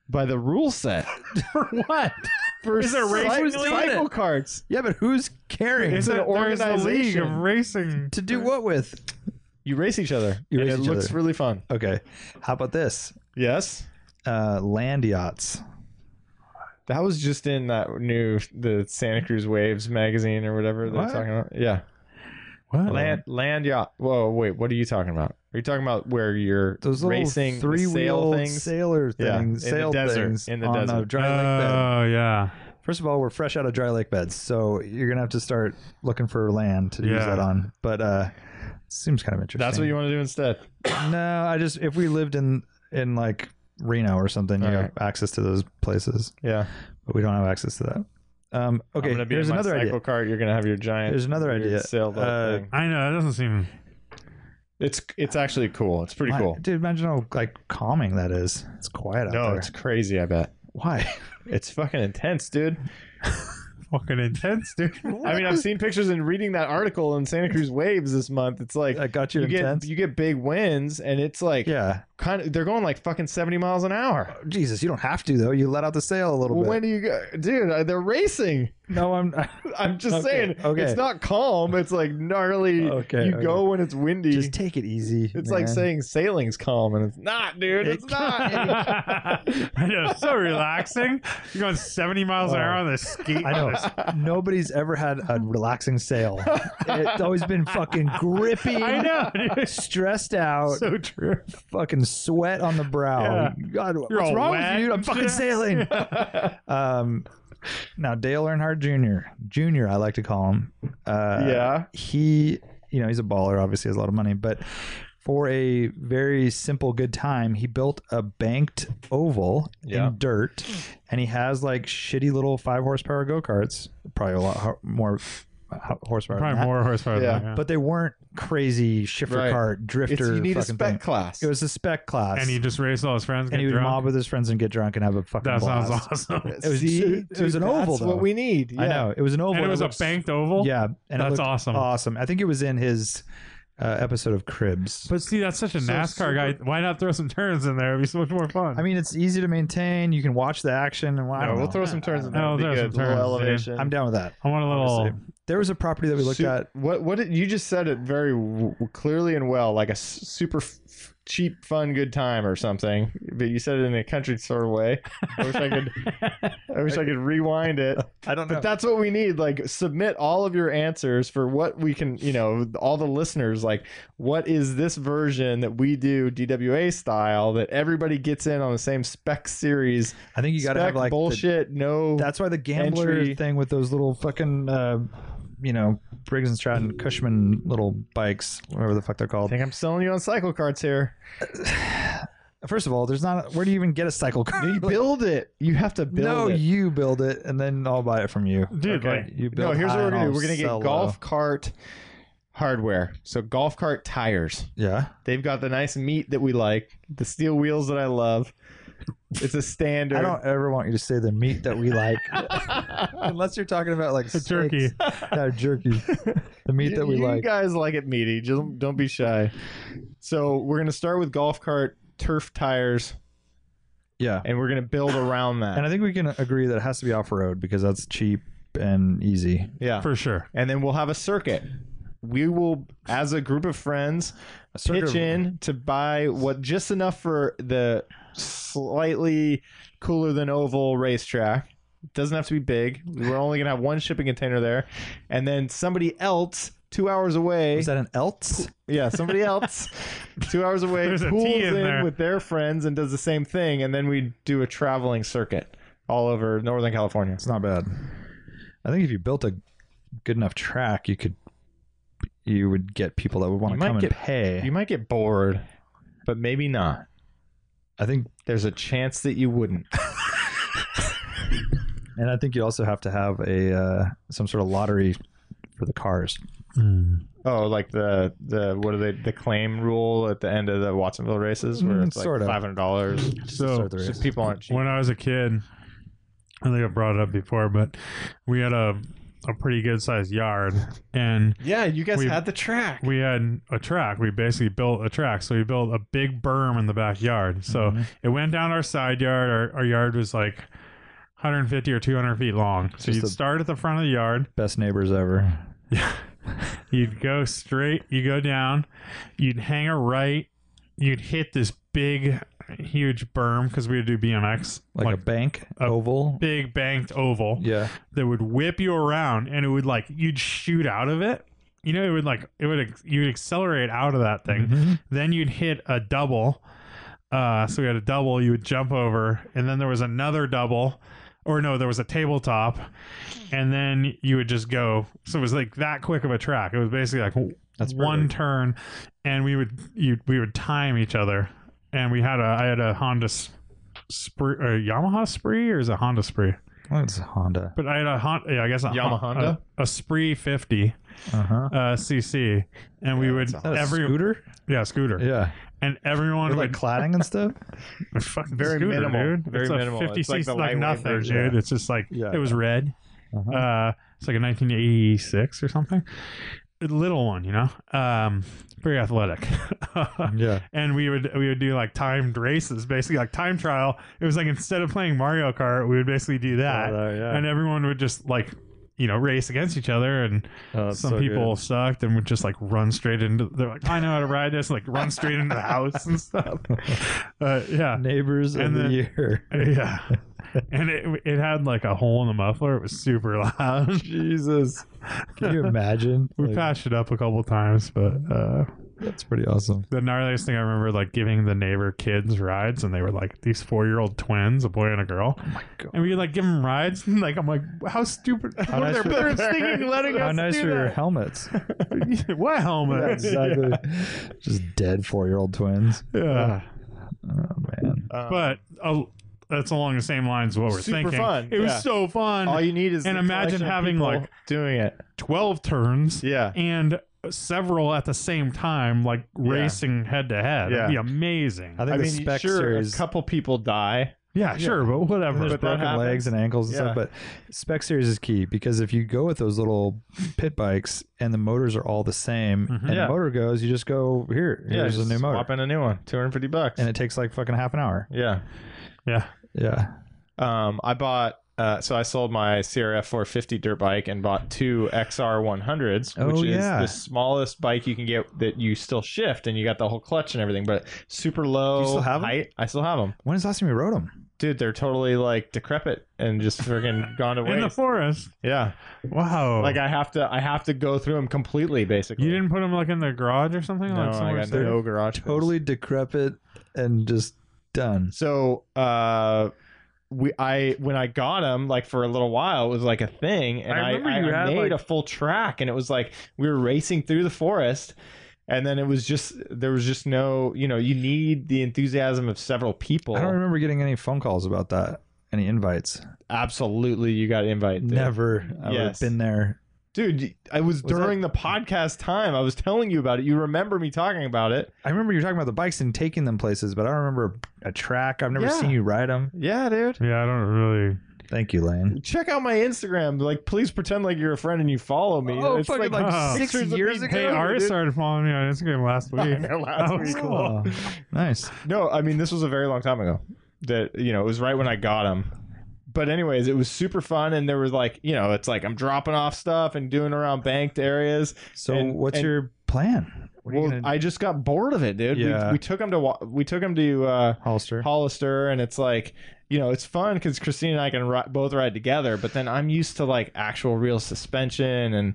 by the rule set
For what?
for
Is there
cy-
racing league?
cycle carts.
Yeah, but who's caring?
It's
Is
an
it- there is a league of
organization.
racing.
to do what with?
You race each other,
You
and
race
it
each
looks
other.
really fun.
Okay. How about this?
Yes,
Uh, land yachts.
that was just in that new the Santa Cruz Waves magazine or whatever they're
What?
talking about. Yeah.
What?
Land land yacht. Whoa, wait. What are you talking about? Are you talking about where you're
Those little
racing
three
sail
wheel
things?
sailor
Yeah,
things,
in the
sail
desert,
things
in the
on a
desert.
dry lake bed.
Oh yeah.
First of all, we're fresh out of dry lake beds, so you're gonna have to start looking for land to use
Yeah.
that on. But uh, seems kind of interesting.
That's what you want to do instead.
No, I just if we lived in in like Reno or something, you
All
have access to those places,
Yeah.
but we don't have access to that. Um,
I'm
okay,
gonna be
here's
in my
another
cycle
idea.
cart. You're gonna have your giant.
Here's another
weird
idea.
sailboat
Uh,
thing.
I know. It doesn't seem.
It's it's actually cool. It's pretty
My-
cool.
dude. Imagine how like calming that is. It's quiet out
No,
there.
it's crazy. I bet.
Why?
It's fucking intense, dude.
Fucking intense, dude.
I mean, I've seen pictures and reading that article in Santa Cruz Waves this month. It's like
I got you,
you get
intense.
you get big winds, and it's like
yeah,
kind of they're going like fucking seventy miles an hour.
Jesus, you don't have to though. You let out the sail a little
Well,
bit.
when do you go, dude? uh, They're racing.
no, I'm.
I'm just
Okay,
saying,
okay.
it's not calm. It's like gnarly.
Okay,
you
okay.
go when it's windy.
just take it easy.
it's
man.
like saying sailing's calm, and it's not, dude. It's not.
I know, it's so relaxing. You're going 70 miles an hour on this ski.
Oh. I know. Nobody's ever had a relaxing sail. It's always been fucking grippy.
I know. dude.
Stressed out,
so true.
fucking sweat on the brow. God, what's
all
wrong
wet
with you? I'm
and
fucking
shit.
sailing. um, now Dale Earnhardt Jr. Jr. I like to call him. Uh,
yeah.
he, you know, he's a baller. Obviously, has a lot of money, but for a very simple good time, he built a banked oval
Yeah.
in dirt, and he has like shitty little five horsepower go karts. Probably a lot ho- more ho- horsepower. than
Probably
that.
more horsepower.
Yeah.
Than that, yeah.
but they weren't crazy shifter
Right.
cart
It's,
drifter.
you need a
fucking
spec
thing.
class.
It was a spec class,
and he just raced all his friends.
and
get
he would
drunk.
mob with his friends and get drunk and have a fucking.
That sounds
blast.
awesome.
It was-
Uh, See?
it was
Dude,
an oval,
That's
though.
what we need.
I
Yeah.
know it was an oval.
and it was
looks-
a banked oval.
Yeah, and it
That's
looked
awesome.
Awesome. I think it was in his uh, episode of Cribs.
But see, that's such a
So
NASCAR
super-
guy. Why not throw some turns in there? It'd be so much more fun.
I mean, it's easy to maintain. You can watch the action and
No,
wow.
we'll throw some turns in there.
No,
It'd be
there's some
good. Little
turns, dude.
elevation.
I'm down with that.
I want a little.
honestly. There was a property that we looked
Su-
at.
What what did, you just said it very w- w- clearly and well, like a s- super f- f- cheap, fun, good time or something. But you said it in a country sort of way. I wish I could. I wish I could rewind it.
I don't
But that's what we need. Like, submit all of your answers for what we can. You know, all the listeners. Like, what is this version that we do DWA style that everybody gets in on the same spec series?
I think you got to
Spec
have like the-
bullshit. no,
that's why the gambler
Entry.
thing with those little fucking, uh, you know, Briggs and Stratton Cushman little bikes, whatever the fuck they're
I
called.
think I'm selling you on cycle carts here.
First of all, there's not. where do you even get a cycle car?
You build it. You have to build
no,
it.
you build it, and then I'll buy it from you.
Dude,
Okay.
like
You
No,
build
here's
high
what we're
and
gonna do.
I'll
We're gonna
sell
get golf cart hardware. So golf cart tires.
low. Yeah.
They've got the nice meat that we like, the steel wheels that I love. It's a standard.
I don't ever want you to say the meat that we like, unless you're talking about like steaks.
turkey.
Yeah, jerky. The meat
you,
that we
you
like.
guys like it meaty. Just don't be shy. So we're gonna start with golf cart turf tires,
yeah.
and we're gonna build around that.
And I think we can agree that it has to be off road because that's cheap and easy.
yeah.
for sure.
and then we'll have a circuit. We will, as a group of friends,
A circuit-
pitch in to buy what just enough for the slightly cooler than oval racetrack. Doesn't have to be big. We're only gonna have one shipping container there, and then somebody else two hours away.
Is that an Elts?
yeah, somebody else two hours away
There's a
pools
T in
in
there.
with their friends and does the same thing, and then we do a traveling circuit all over Northern California.
It's not bad. I think if you built a good enough track, you could, you would get people that would want
You
to
might
come
get-
and pay.
You might get bored, but maybe not.
I think,
There's a chance that you wouldn't.
and I think you also have to have a uh, some sort of lottery for the cars. Hmm.
Oh, like the the what are they the claim rule at the end of the Watsonville races where
Mm,
it's like
sort of.
five hundred dollars.
So
start the race.
People aren't cheap.
when I was a kid, I think I brought it up before, but we had a a pretty good sized yard, and
Yeah, you guys
We-
had the track.
we had a track. We basically built a track. So we built a big berm in the backyard. So
Mm-hmm.
it went down our side yard. Our, our yard was like 150 or 200 feet long. So
Just
you'd
a-
start at the front of the yard.
Best neighbors ever.
You'd go straight. You go down. You'd hang a right. You'd hit this big, huge berm because we would do BMX,
Like, a bank oval.
big banked oval
yeah.
that would whip you around, and it would like you'd shoot out of it. You know, it would like it would ex- you'd accelerate out of that thing.
Mhm.
Then you'd hit a double. Uh, so we had a double. You would jump over, and then there was another double, or no, there was a tabletop, and then you would just go. So it was like that quick of a track. It was basically like w-
That's
one
perfect.
turn, and we would you we would time each other, and we had a I had a Honda. S- Spree or Yamaha Spree or is it Honda Spree?
What's Honda?
But I had a Honda. Yeah, I guess a
Yamaha
Hon-
Honda?
a, a Spree 50
Uh huh.
uh, CC, and we would
That a
every
scooter?
yeah scooter,
Yeah.
and everyone
With like
would
cladding and stuff.
Fuck
Very
scooter,
minimal.
dude.
Very
it's a
minimal.
50
It's like
cc,
the
like,
lightweight
nothing,
version.
dude. It's just like
Yeah.
it was red.
Uh-huh.
Uh, it's like a 1986 or something. A little one, you know. Um, pretty athletic.
Yeah.
and we would we would do like timed races, basically like time trial. It was like instead of playing Mario Kart, we would basically do
Oh,
that, and everyone would just like you know race against each other and
Oh,
some people sucked and would just like run straight into they're like i know how to ride this like run straight into the house and stuff uh, yeah
neighbors
And
of
the-
the year.
yeah and it, it had like a hole in the muffler it was super loud
Jesus. Can you imagine?
we
Like,
patched it up a couple times but uh
That's pretty awesome.
The gnarliest thing I remember, like giving the neighbor kids rides, and they were like these four-year-old twins, a boy and a girl,
Oh
and we like give them rides. And, like I'm like, how stupid
How
were
nice
their
were their
parents thinking
parents?
letting
How
us
nice
do
are your
that?
helmets?
what helmet?
exactly. Just dead four year old twins.
Uh.
Yeah.
Oh man.
Um,
but uh, that's along the same lines of what we're
Super
thinking.
fun,
It was
yeah.
so fun.
Uh, all you need is
and
the
imagine
collection of
having,
people
like-
doing it.
Twelve turns
Yeah,
and several at the same time, like racing head to head. It'd
Yeah.
be amazing.
I think
I
the
mean,
spec
sure,
series
a couple people die.
yeah, sure, but whatever.
there's
but that
broken
happens.
legs and ankles and
Yeah.
stuff, but spec series is key because if you go with those little pit bikes and the motors are all the same
Mhm.
and
Mm-hmm. Yeah.
the motor goes, you just go here, here's a
just
new motor.
Swap in a new one, two hundred fifty bucks.
And it takes like fucking half an hour.
yeah,
yeah.
Yeah.
um, I bought. Uh, so I sold my CRF 450 dirt bike and bought two XR 100s,
Oh,
which is
yeah.
the smallest bike you can get that you still shift and you got the whole clutch and everything, but super low
Do you still have 'em?
height. I still have them,
When is the last time you rode them?
dude. They're totally like decrepit and just freaking gone to
In the
waste.
forest.
yeah,
Oh.
Wow.
like I have to, I have to go through them completely. Basically,
you didn't put them like in the garage or something?
No,
like
I
somewhere
got
safe?
no garage. space.
Totally decrepit and just done.
So, uh, we I when I got them like for a little while it was like a thing, and
I
I,
remember
I,
you had,
made
like-
a full track, and it was like we were racing through the forest, and then it was just there was just no you know you need the enthusiasm of several people.
I don't remember getting any phone calls about that. Any invites?
Absolutely, you got invited. dude.
Never. I would have
Yes.
been there.
dude. I was,
Was
during the podcast time. I was telling you about it. You remember me talking about it?
I remember you were talking about the bikes and taking them places, but I don't remember a track. I've never
Yeah.
seen you ride them.
Yeah, dude.
Yeah, I don't really.
Thank you, Lane.
Check out my Instagram. Like, please pretend like you're a friend and you follow me.
Oh,
it's
fucking,
like,
six
pictures of
years
me
ago?
Hey,
Yeah,
nude,
Ari
dude.
started following me on Instagram last week.
Yeah, last
that was
week.
cool.
Oh, nice.
No, I mean this was a very long time ago. That you know, it was right when I got him. But anyways, it was super fun, and there was like you know, it's like I'm dropping off stuff and doing around banked areas.
So,
And-
what's
and-
your plan? What are you
Well,
gonna
I just got bored of it, dude.
Yeah.
We, we took him to wa- we took him to uh,
holster?
Hollister, and it's like you know, it's fun because Christine and I can ri- both ride together. But then I'm used to like actual real suspension, and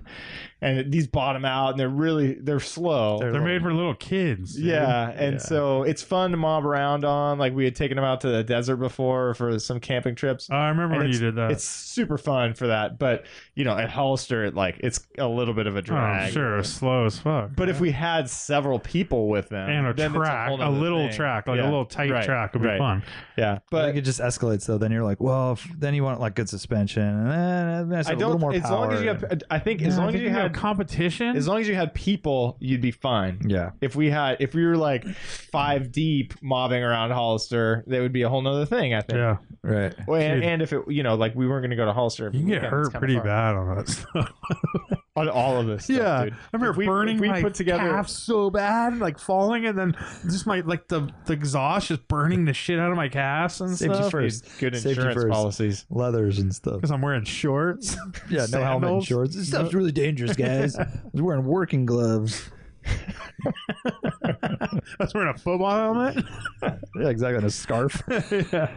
and these bottom out, and they're really they're slow.
They're made for little kids. dude.
Yeah, and
Yeah.
so it's fun to mob around on. Like we had taken them out to the desert before for some camping trips.
Oh, I remember
And
when you did that.
It's super fun for that, but you know, at Hollister, it, like it's a little bit of a drag.
oh, sure. Slow as fuck.
But if we had several people with them
and a
then it's
track,
whole
a,
nother
little
thing.
track, like
Yeah,
a little tight
right,
track would be
right.
fun.
Yeah,
I think
but
it just escalates though. Then you're like, well, if, then you want like good suspension, and then that's
I
a little
don't.
more
As
power.
long as you have, I think as
Yeah, I
long as
think
you had,
competition,
as long as you had people, you'd be fine.
yeah,
If we had, if we were like five deep mobbing around Hollister, that would be a whole nother thing. I think.
yeah,
right.
Well, and,
Dude.
and if it, you know, like we weren't going to go to Hollister, if
you can
we
get
got-
hurt
it's kinda
pretty
far.
bad on that stuff.
on all of this. Stuff, dude.
I remember
If we-
burning
if we
my
put together-
calf so bad, like falling, and then just my like the the exhaust just burning the shit out of my calves and
Safety
stuff.
first.
good
Safety
insurance
first.
policies.
Leathers and stuff.
Because I'm wearing shorts.
Yeah, no helmet and
sandals.
shorts. This stuff's really dangerous, guys. I was wearing working gloves.
I was wearing a football helmet.
Yeah, exactly. And a scarf.
yeah.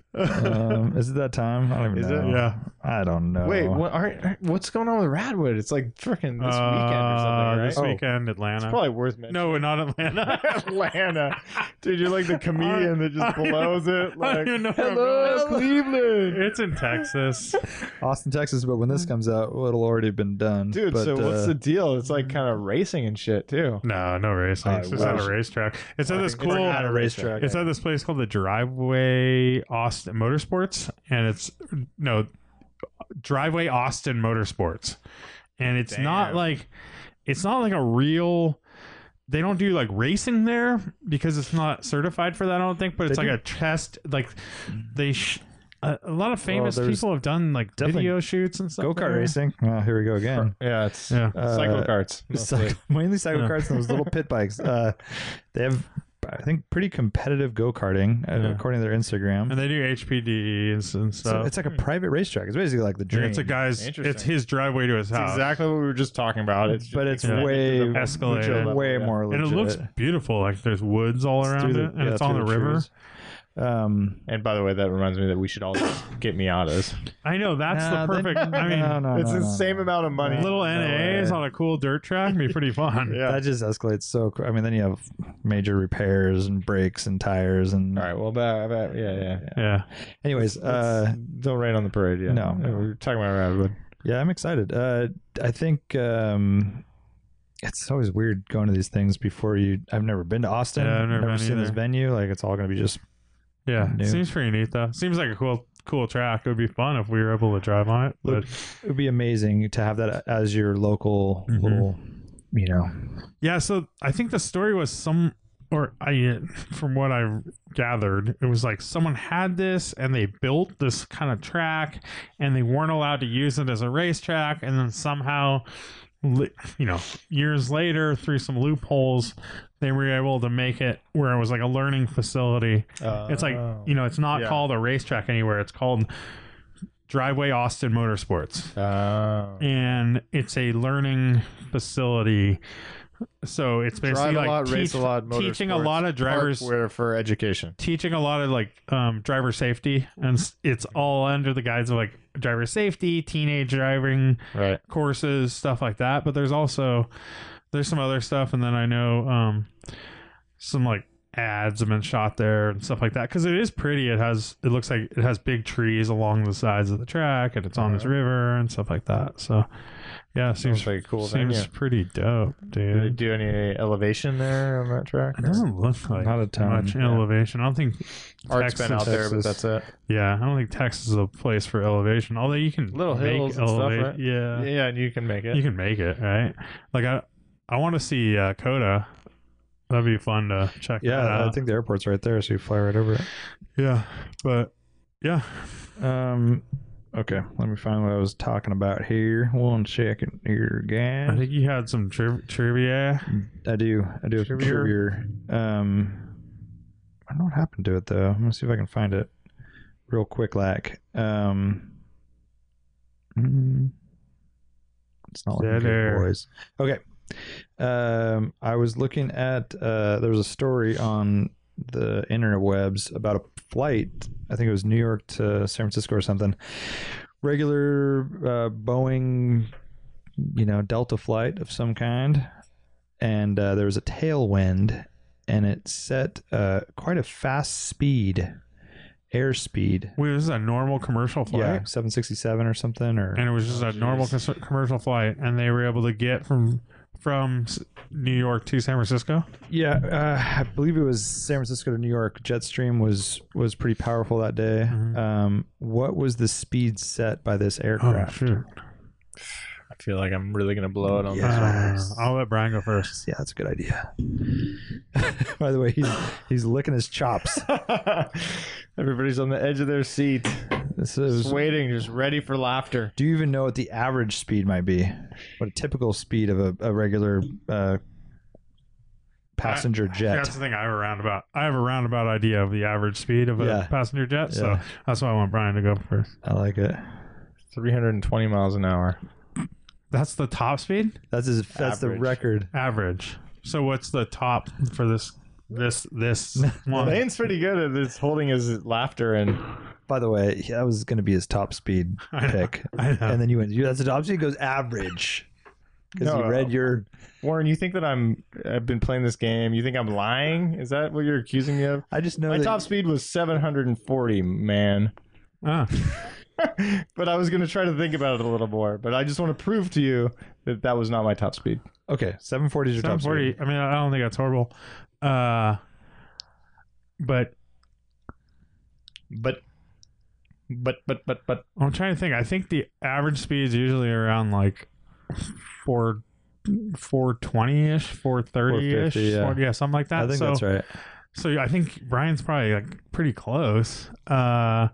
um, is it that time? I don't even
Is
know.
it?
Yeah.
I don't know.
Wait, what are, what's going on with Radwood? It's like freaking this weekend or
Uh,
something, right? Oh,
This weekend, Atlanta.
It's probably worth mentioning.
no, not Atlanta.
Atlanta, dude, you're like the comedian that just
I- I-
blows it.
I don't
Like,
even know where I'm
hello,
going.
Cleveland,
It's in Texas.
Austin, Texas, but when this comes out, well, it'll already have been done.
dude.
But,
so what's
uh,
the deal? It's like kind of racing and shit too.
No, no racing.
I
It's just at
wish.
a racetrack. It's at this
think it's
cool.
at a
racetrack.
It's at this place called the Driveway Austin Motorsports, and it's no Driveway Austin Motorsports, and it's not
Damn.
like it's not like a real. They don't do like racing there because it's not certified for that. I don't think, but it's
They
like a test. Like they, sh- a, a lot of famous
there's
people have done like
definitely
video shoots and stuff.
go kart
there.
racing? Well, here we go again.
Yeah, it's
Yeah.
Uh,
cycle carts. mostly.
Cycle- mainly cycle
Yeah.
carts and those little pit bikes. Uh, they have, I think, pretty competitive go karting uh,
Yeah.
according to their Instagram.
And they do HPDs and stuff.
so it's like a
Hmm.
private racetrack. It's basically like the
And
dream.
it's a guy's.
Interesting.
It's his driveway to his
It's
house.
exactly what we were just talking about. It's
but it's
Yeah.
way
Escalated.
way more
And
legit.
it looks beautiful. Like there's woods all
It's
around
through the-
it, and
yeah,
it's on the,
through
river.
trees. Um,
And by the way, that reminds me that we should all just get Miatas.
I know that's the perfect. I mean,
no, no,
it's
no,
the
no,
same
no.
amount of money.
little
way.
NAs on a cool dirt track would be pretty fun.
Yeah.
That just escalates so. Qu- I mean, then you have major repairs and brakes and tires and.
All right. Well, but, but, yeah, yeah.
Yeah.
Anyways, uh,
Let's- don't rain on the parade. Yeah.
no.
We're talking about Radwood.
yeah, I'm excited. Uh, I think um, it's always weird going to these things before you. I've never been to Austin.
Yeah, I've never been
seen this
either.
venue. Like, it's all going to be just.
Yeah.
Nope.
Seems pretty neat though. Seems like a cool cool track. It would be fun if we were able to drive on it. But
Look, it would be amazing to have that as your local
Mhm.
little. You know,
yeah, so I think the story was some or I from what I gathered, it was like someone had this and they built this kind of track and they weren't allowed to use it as a racetrack and then somehow li- you know, years later through some loopholes they were able to make it where it was like a learning facility It's like
Oh.
you know, it's not
Yeah.
called a racetrack anywhere. It's called Driveway Austin Motorsports,
Oh.
and it's a learning facility. So it's basically
Drive a
like
lot, race
teach-
a lot,
teaching a
motorsports,
lot of drivers,
Park where for education.
teaching a lot of like um, driver safety, and s- it's all under the guise of like driver safety, teenage driving
Right.
courses, stuff like that. But there's also there's some other stuff, and then I know um, some like ads have been shot there and stuff like that because it is pretty. It has it looks like it has big trees along the sides of the track, and it's on this river and stuff like that. So yeah, it seems
Seems like a cool thing.
seems pretty dope,
Do they
dude.
do any elevation there on that track?
It doesn't look like
Not a ton,
much
yeah.
elevation. I don't think
Art's been out there, but
Texas.
that's it.
yeah, I don't think Texas is a place for elevation. Although you can
Little
make
hills and stuff,
eleva-
right? Yeah, and you can make
you
it.
can make it right like i i want to see uh coda that'd be fun to check that
yeah. I
out.
think the airport's right there, so you fly right over it.
yeah but yeah
Um, okay, let me find what I was talking about here. One second here, guys.
i think you had some tri- trivia
I do. I do have some trivia. Um, I don't know what happened to it though. I'm gonna see if I can find it real quick. Lack. Um, mm, it's not looking good,
Better.
boys. Okay. Um, I was looking at uh, there was a story on the internet webs about a flight. I think it was New York to San Francisco or something. Regular uh, Boeing, you know, Delta flight of some kind and uh, there was a tailwind, and it set uh, quite a fast speed, airspeed.
wait this is a normal commercial
Yeah, Oh,
flight
seven sixty seven or something, or
and it was just a normal cons- commercial flight and they were able to get from from S- new york to san francisco
yeah, uh, I believe it was San Francisco to New York. Jetstream was was pretty powerful that day.
Mhm.
Um, what was the speed set by this aircraft?
Oh, shoot
I feel like I'm really gonna blow it on
Yeah.
Uh, i'll let brian go first
Yeah, that's a good idea. by the way, he's he's licking his chops.
this. Everybody's on the edge of their seat,
This is.
just waiting, just ready for laughter.
Do you even know what the average speed might be? What a typical speed of a, a regular uh, passenger jet?
That's the thing I have a roundabout. I have a roundabout idea of the average speed of a
Yeah.
passenger jet, so
Yeah.
that's why I want Brian to go first.
I like it.
320 miles an hour.
That's the top speed
That's his, that's the
Average.
record.
average. So what's the top for this this this one?
Lane's pretty good at this holding his laughter and
By the way, that was going to be his top speed
I know.
pick,
I know.
and then you went. You that's the top speed He goes average because
No,
you
uh,
read your.
Warren, you think that I'm I've been playing this game? You think I'm lying? Is that what you're accusing me of?
I just know
My
that
top speed was 740, man.
Ah,
but I was going to try to think about it a little more, but I just want to prove to you that that was not my top speed.
okay, seven forty is your top speed.
740. I mean, I don't think that's horrible. Uh, but
But but but but but
I'm trying to think. I think the average speed is usually around like four. 420 ish, 430 ish,
450, yeah.
yeah. something like that.
I think
so,
that's right.
So yeah, I think Brian's probably like pretty close. Uh I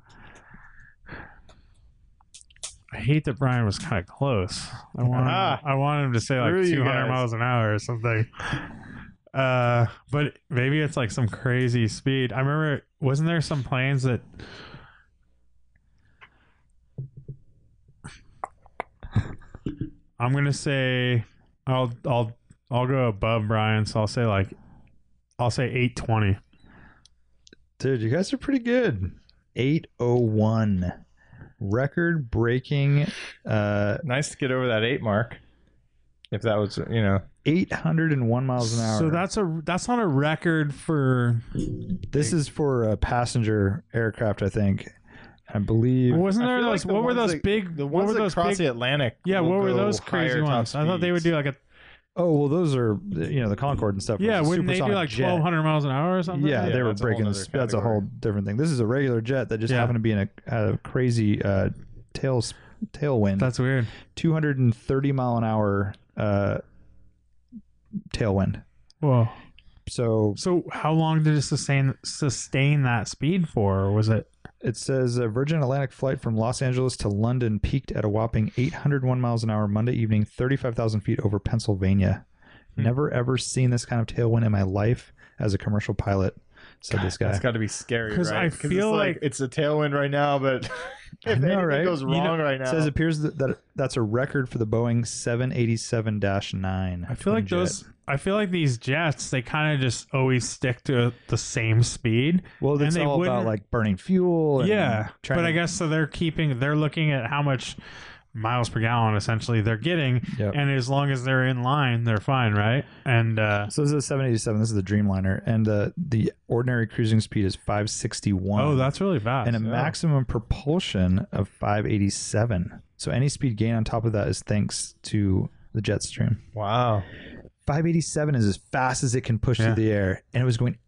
hate that Brian was kind of close. I want
Ah.
I want him to say
Screw
like
you
200
guys.
miles an hour or something. Uh but maybe it's like some crazy speed. I remember wasn't there some planes that I'm going to say I'll I'll I'll go above Brian, so I'll say like I'll say 820.
Dude, you guys are pretty good. 801. Record breaking uh
Nice to get over that eight mark. If that was, you know,
801 miles an hour.
So that's a that's not a record for.
this is for a passenger aircraft, I think. I believe
Wasn't
I
there
feel like
those?
the
what were
ones
those
that-
big?
the
what
ones
were
that
those
cross
big?
the Atlantic.
yeah,
will
what were
go
those
higher
crazy
top
ones? I thought they would do
speeds.
like a
Oh well, those are you know the Concorde and stuff.
yeah.
was a
Wouldn't they do
supersonic
like
jet.
twelve hundred miles an hour or something?
Yeah,
Yeah,
they were
that's a whole
breaking.
nother
this- That's a
category.
whole different thing. This is a regular jet that just
Yeah.
happened to be in a, a crazy uh, tail tailwind.
that's weird.
230 mile an hour uh, tailwind.
Whoa.
So
So how long did it sustain sustain that speed for? Or was it?
it says a Virgin Atlantic flight from Los Angeles to London peaked at a whopping 801 miles an hour Monday evening, 35,000 feet over Pennsylvania.
Hmm.
Never ever seen this kind of tailwind in my life as a commercial pilot, said this guy.
That's got to be scary,
'Cause
right?
I
'Cause it's
feel
like,
like-
it's a tailwind right now, but if
know,
anything
right?
goes
You
wrong
know,
right now,
It says appears that, that that's a record for the Boeing 787 9.
I feel like those. I feel like these jets. They kind of just always stick to the same speed.
Well,
and
it's
they
all about
wouldn't-
like burning fuel. And
yeah,
trying
but
to-
I guess so. They're keeping. They're looking at how much miles per gallon essentially they're getting,
Yep.
and as long as they're in line, they're fine, right? And uh,
So this is a 787. This is the Dreamliner, and the the ordinary cruising speed is 561.
oh, that's really fast.
and a maximum propulsion of 587. So any speed gain on top of that is thanks to the jet stream.
wow,
587 is as fast as it can push
Yeah.
through the air, and it was going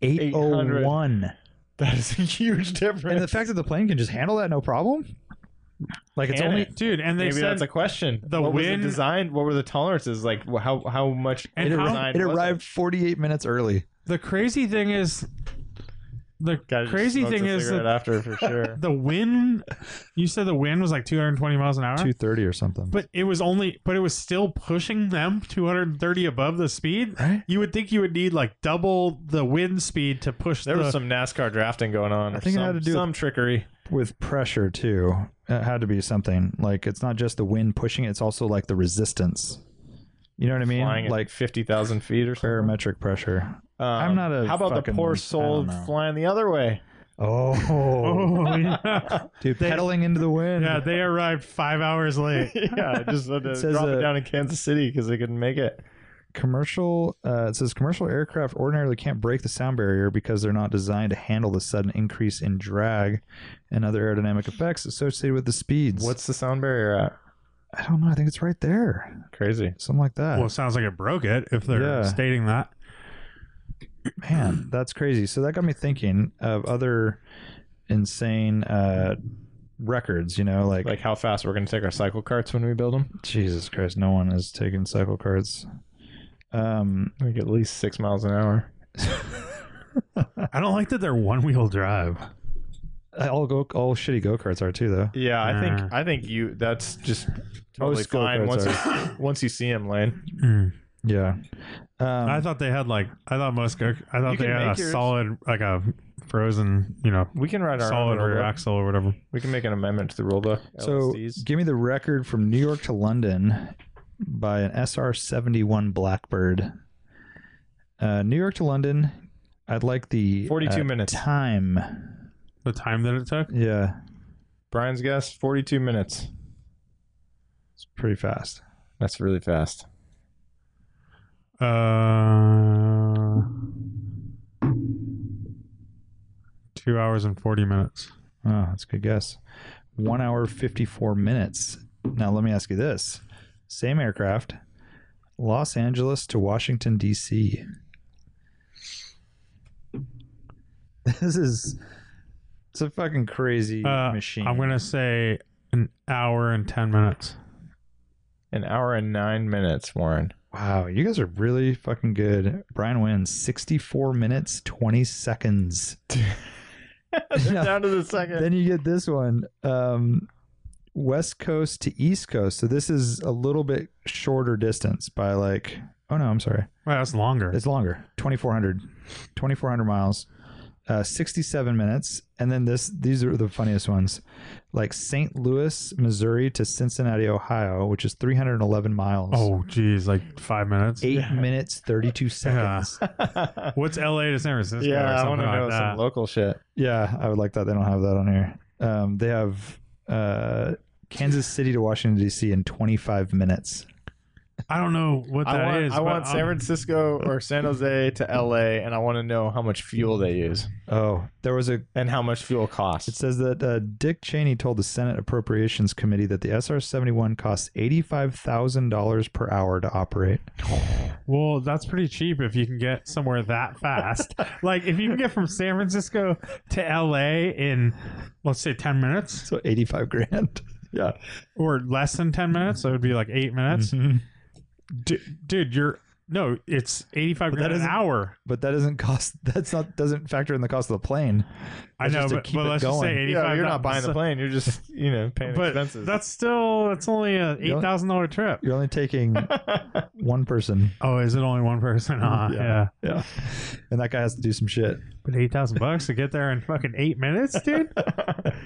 801.
that is a huge
And the
difference.
fact that the plane can just handle that no problem, like it's
Can
only
it?
dude, and they
Maybe
said
that's a question.
the
what was it
wind-
designed? What were the tolerances like? wh- How how much
And
it,
how-
arrived,
designed
it
was
arrived 48 minutes early.
the crazy thing is, the
Guy just
crazy
smoked
thing
a
is
cigarette
that
after for sure.
the wind. You said the wind was like 220 miles an hour.
230 or something.
but it was only, but it was still pushing them 230 above the speed.
Right?
You would think you would need like double the wind speed to push
There
the
was some NASCAR drafting going on.
I
or
think it
some,
had to do with-
some trickery.
with pressure too. It had to be something like it's not just the wind pushing; it, it's also like the resistance. You know what I mean?
flying
like
like fifty thousand feet or something.
barometric pressure.
Um,
I'm not a
How about the
fucking- I
poor
don't
soul
know.
flying the other way?
Oh,
Oh yeah.
dude, pedaling into the wind.
yeah, they arrived five hours late.
yeah, I just had to
It says,
drop
uh,
it down in Kansas City because they couldn't make it.
commercial uh, it says commercial aircraft ordinarily can't break the sound barrier because they're not designed to handle the sudden increase in drag and other aerodynamic effects associated with the speeds.
What's the sound barrier at?
I don't know. I think it's right there,
Crazy.
something like that.
Well, it sounds like it broke it if they're
Yeah.
stating that.
Man, that's crazy. So that got me thinking of other insane uh, records. You know, like,
Like how fast we're going to take our cycle carts when we build them?
Jesus Christ, no one is taking cycle cards. Um,
Like at least six miles an hour.
I don't like that they're one wheel drive.
all go all shitty go karts are too, though.
Yeah, I
Uh.
think I think you. That's just totally
Most go-karts
fine once Mm. you, once you see him, Lane.
Yeah, um,
I thought they had like I thought most go- I
You
thought
can
they had
make
a
yours.
solid like a frozen you know
We can write our own
solid
rule
rear
book.
axle or whatever.
We can make an amendment to the rule book.
so
LSDs.
give me the record from New York to London by an SR seventy one Blackbird. Uh, New York to London. I'd like the
42
uh,
minutes.
time.
The time that it took.
Yeah,
Brian's guess: forty-two minutes.
it's pretty fast.
That's really fast.
Uh, two hours and forty minutes.
Oh, that's a good guess. One hour, 54 minutes. Now, let me ask you this same aircraft, Los Angeles to Washington, D.C. This is it's a fucking crazy
Uh,
machine.
I'm gonna say an hour and ten minutes.
An hour and nine minutes, Warren.
wow, you guys are really fucking good. Brian wins 64 minutes, 20 seconds. No.
Down to the second.
then you get this one um west coast to east coast so this is a little bit shorter distance by like oh no i'm sorry
Wow, that's longer.
it's longer 2400 2400 miles uh, 67 minutes. And then this, these are the funniest ones, like St. Louis, Missouri to Cincinnati, Ohio, which is 311 miles.
Oh, geez, like five minutes.
Eight minutes, 32 seconds. Yeah.
What's LA to San Francisco?
yeah,
or
I
something
want to
like
know
that.
some local shit.
I would like that. They don't have that on here. Um, they have uh, Kansas City to Washington, D.C. in 25 minutes.
I don't know what that
I
is.
want, I
but
want San
I'm-
Francisco or San Jose to LA, and I want to know how much fuel they use
Oh, there was a
and how much fuel
It
costs.
says that uh, Dick Cheney told the Senate Appropriations Committee that the SR 71 costs $85,000 per hour to operate.
Well, that's pretty cheap if you can get somewhere that fast. like if you can get from San Francisco to LA in let's say 10 minutes
So 85 grand. Yeah.
or less than 10 minutes, so it would be like 8 minutes.
Mm-hmm.
D- dude, you're no, it's
But
85
that
grand an
isn't-
hour.
But that doesn't cost, that's not, doesn't factor in the cost of the plane.
I
That's
know,
just to
but,
keep
but
it
let's just say
going.
85
Yeah, you're
that's-
not buying the plane. You're just you know paying
But
expenses.
that's still that's only a
You don't-
$8,000 trip.
You're only taking one person.
Oh, is it only one person? Huh?
Mm-hmm. Yeah.
Yeah.
Yeah. And that guy has to do some shit.
But 8,000 bucks to get there in fucking 8 minutes, dude?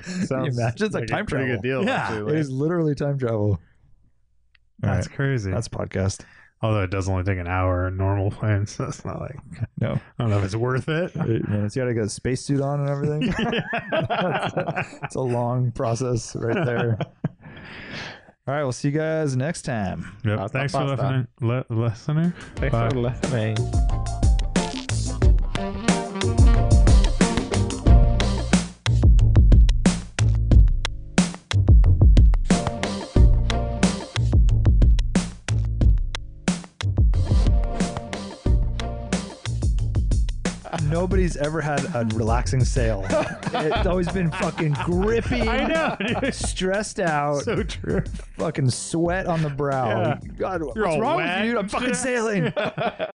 Sounds imagine? It's like like a time pretty travel. good
deal.
Yeah.
It is literally time travel. All
That's
right.
crazy.
That's podcast.
Although it does only take an hour in normal planes, so it's not like
No.
I don't know if it's worth it.
Eight minutes. You got to get a spacesuit on and everything. it's a long process right there. All right, we'll see you guys next time.
Yep. Thanks for
pasta.
listening, li- listener. Bye.
Nobody's ever had a relaxing sail. It's always been fucking grippy,
I know. dude.
stressed out,
so true.
fucking sweat on the brow.
Yeah.
God,
You're
what's
all
wrong
wet
with you? dude? I'm
and
fucking
shit.
sailing.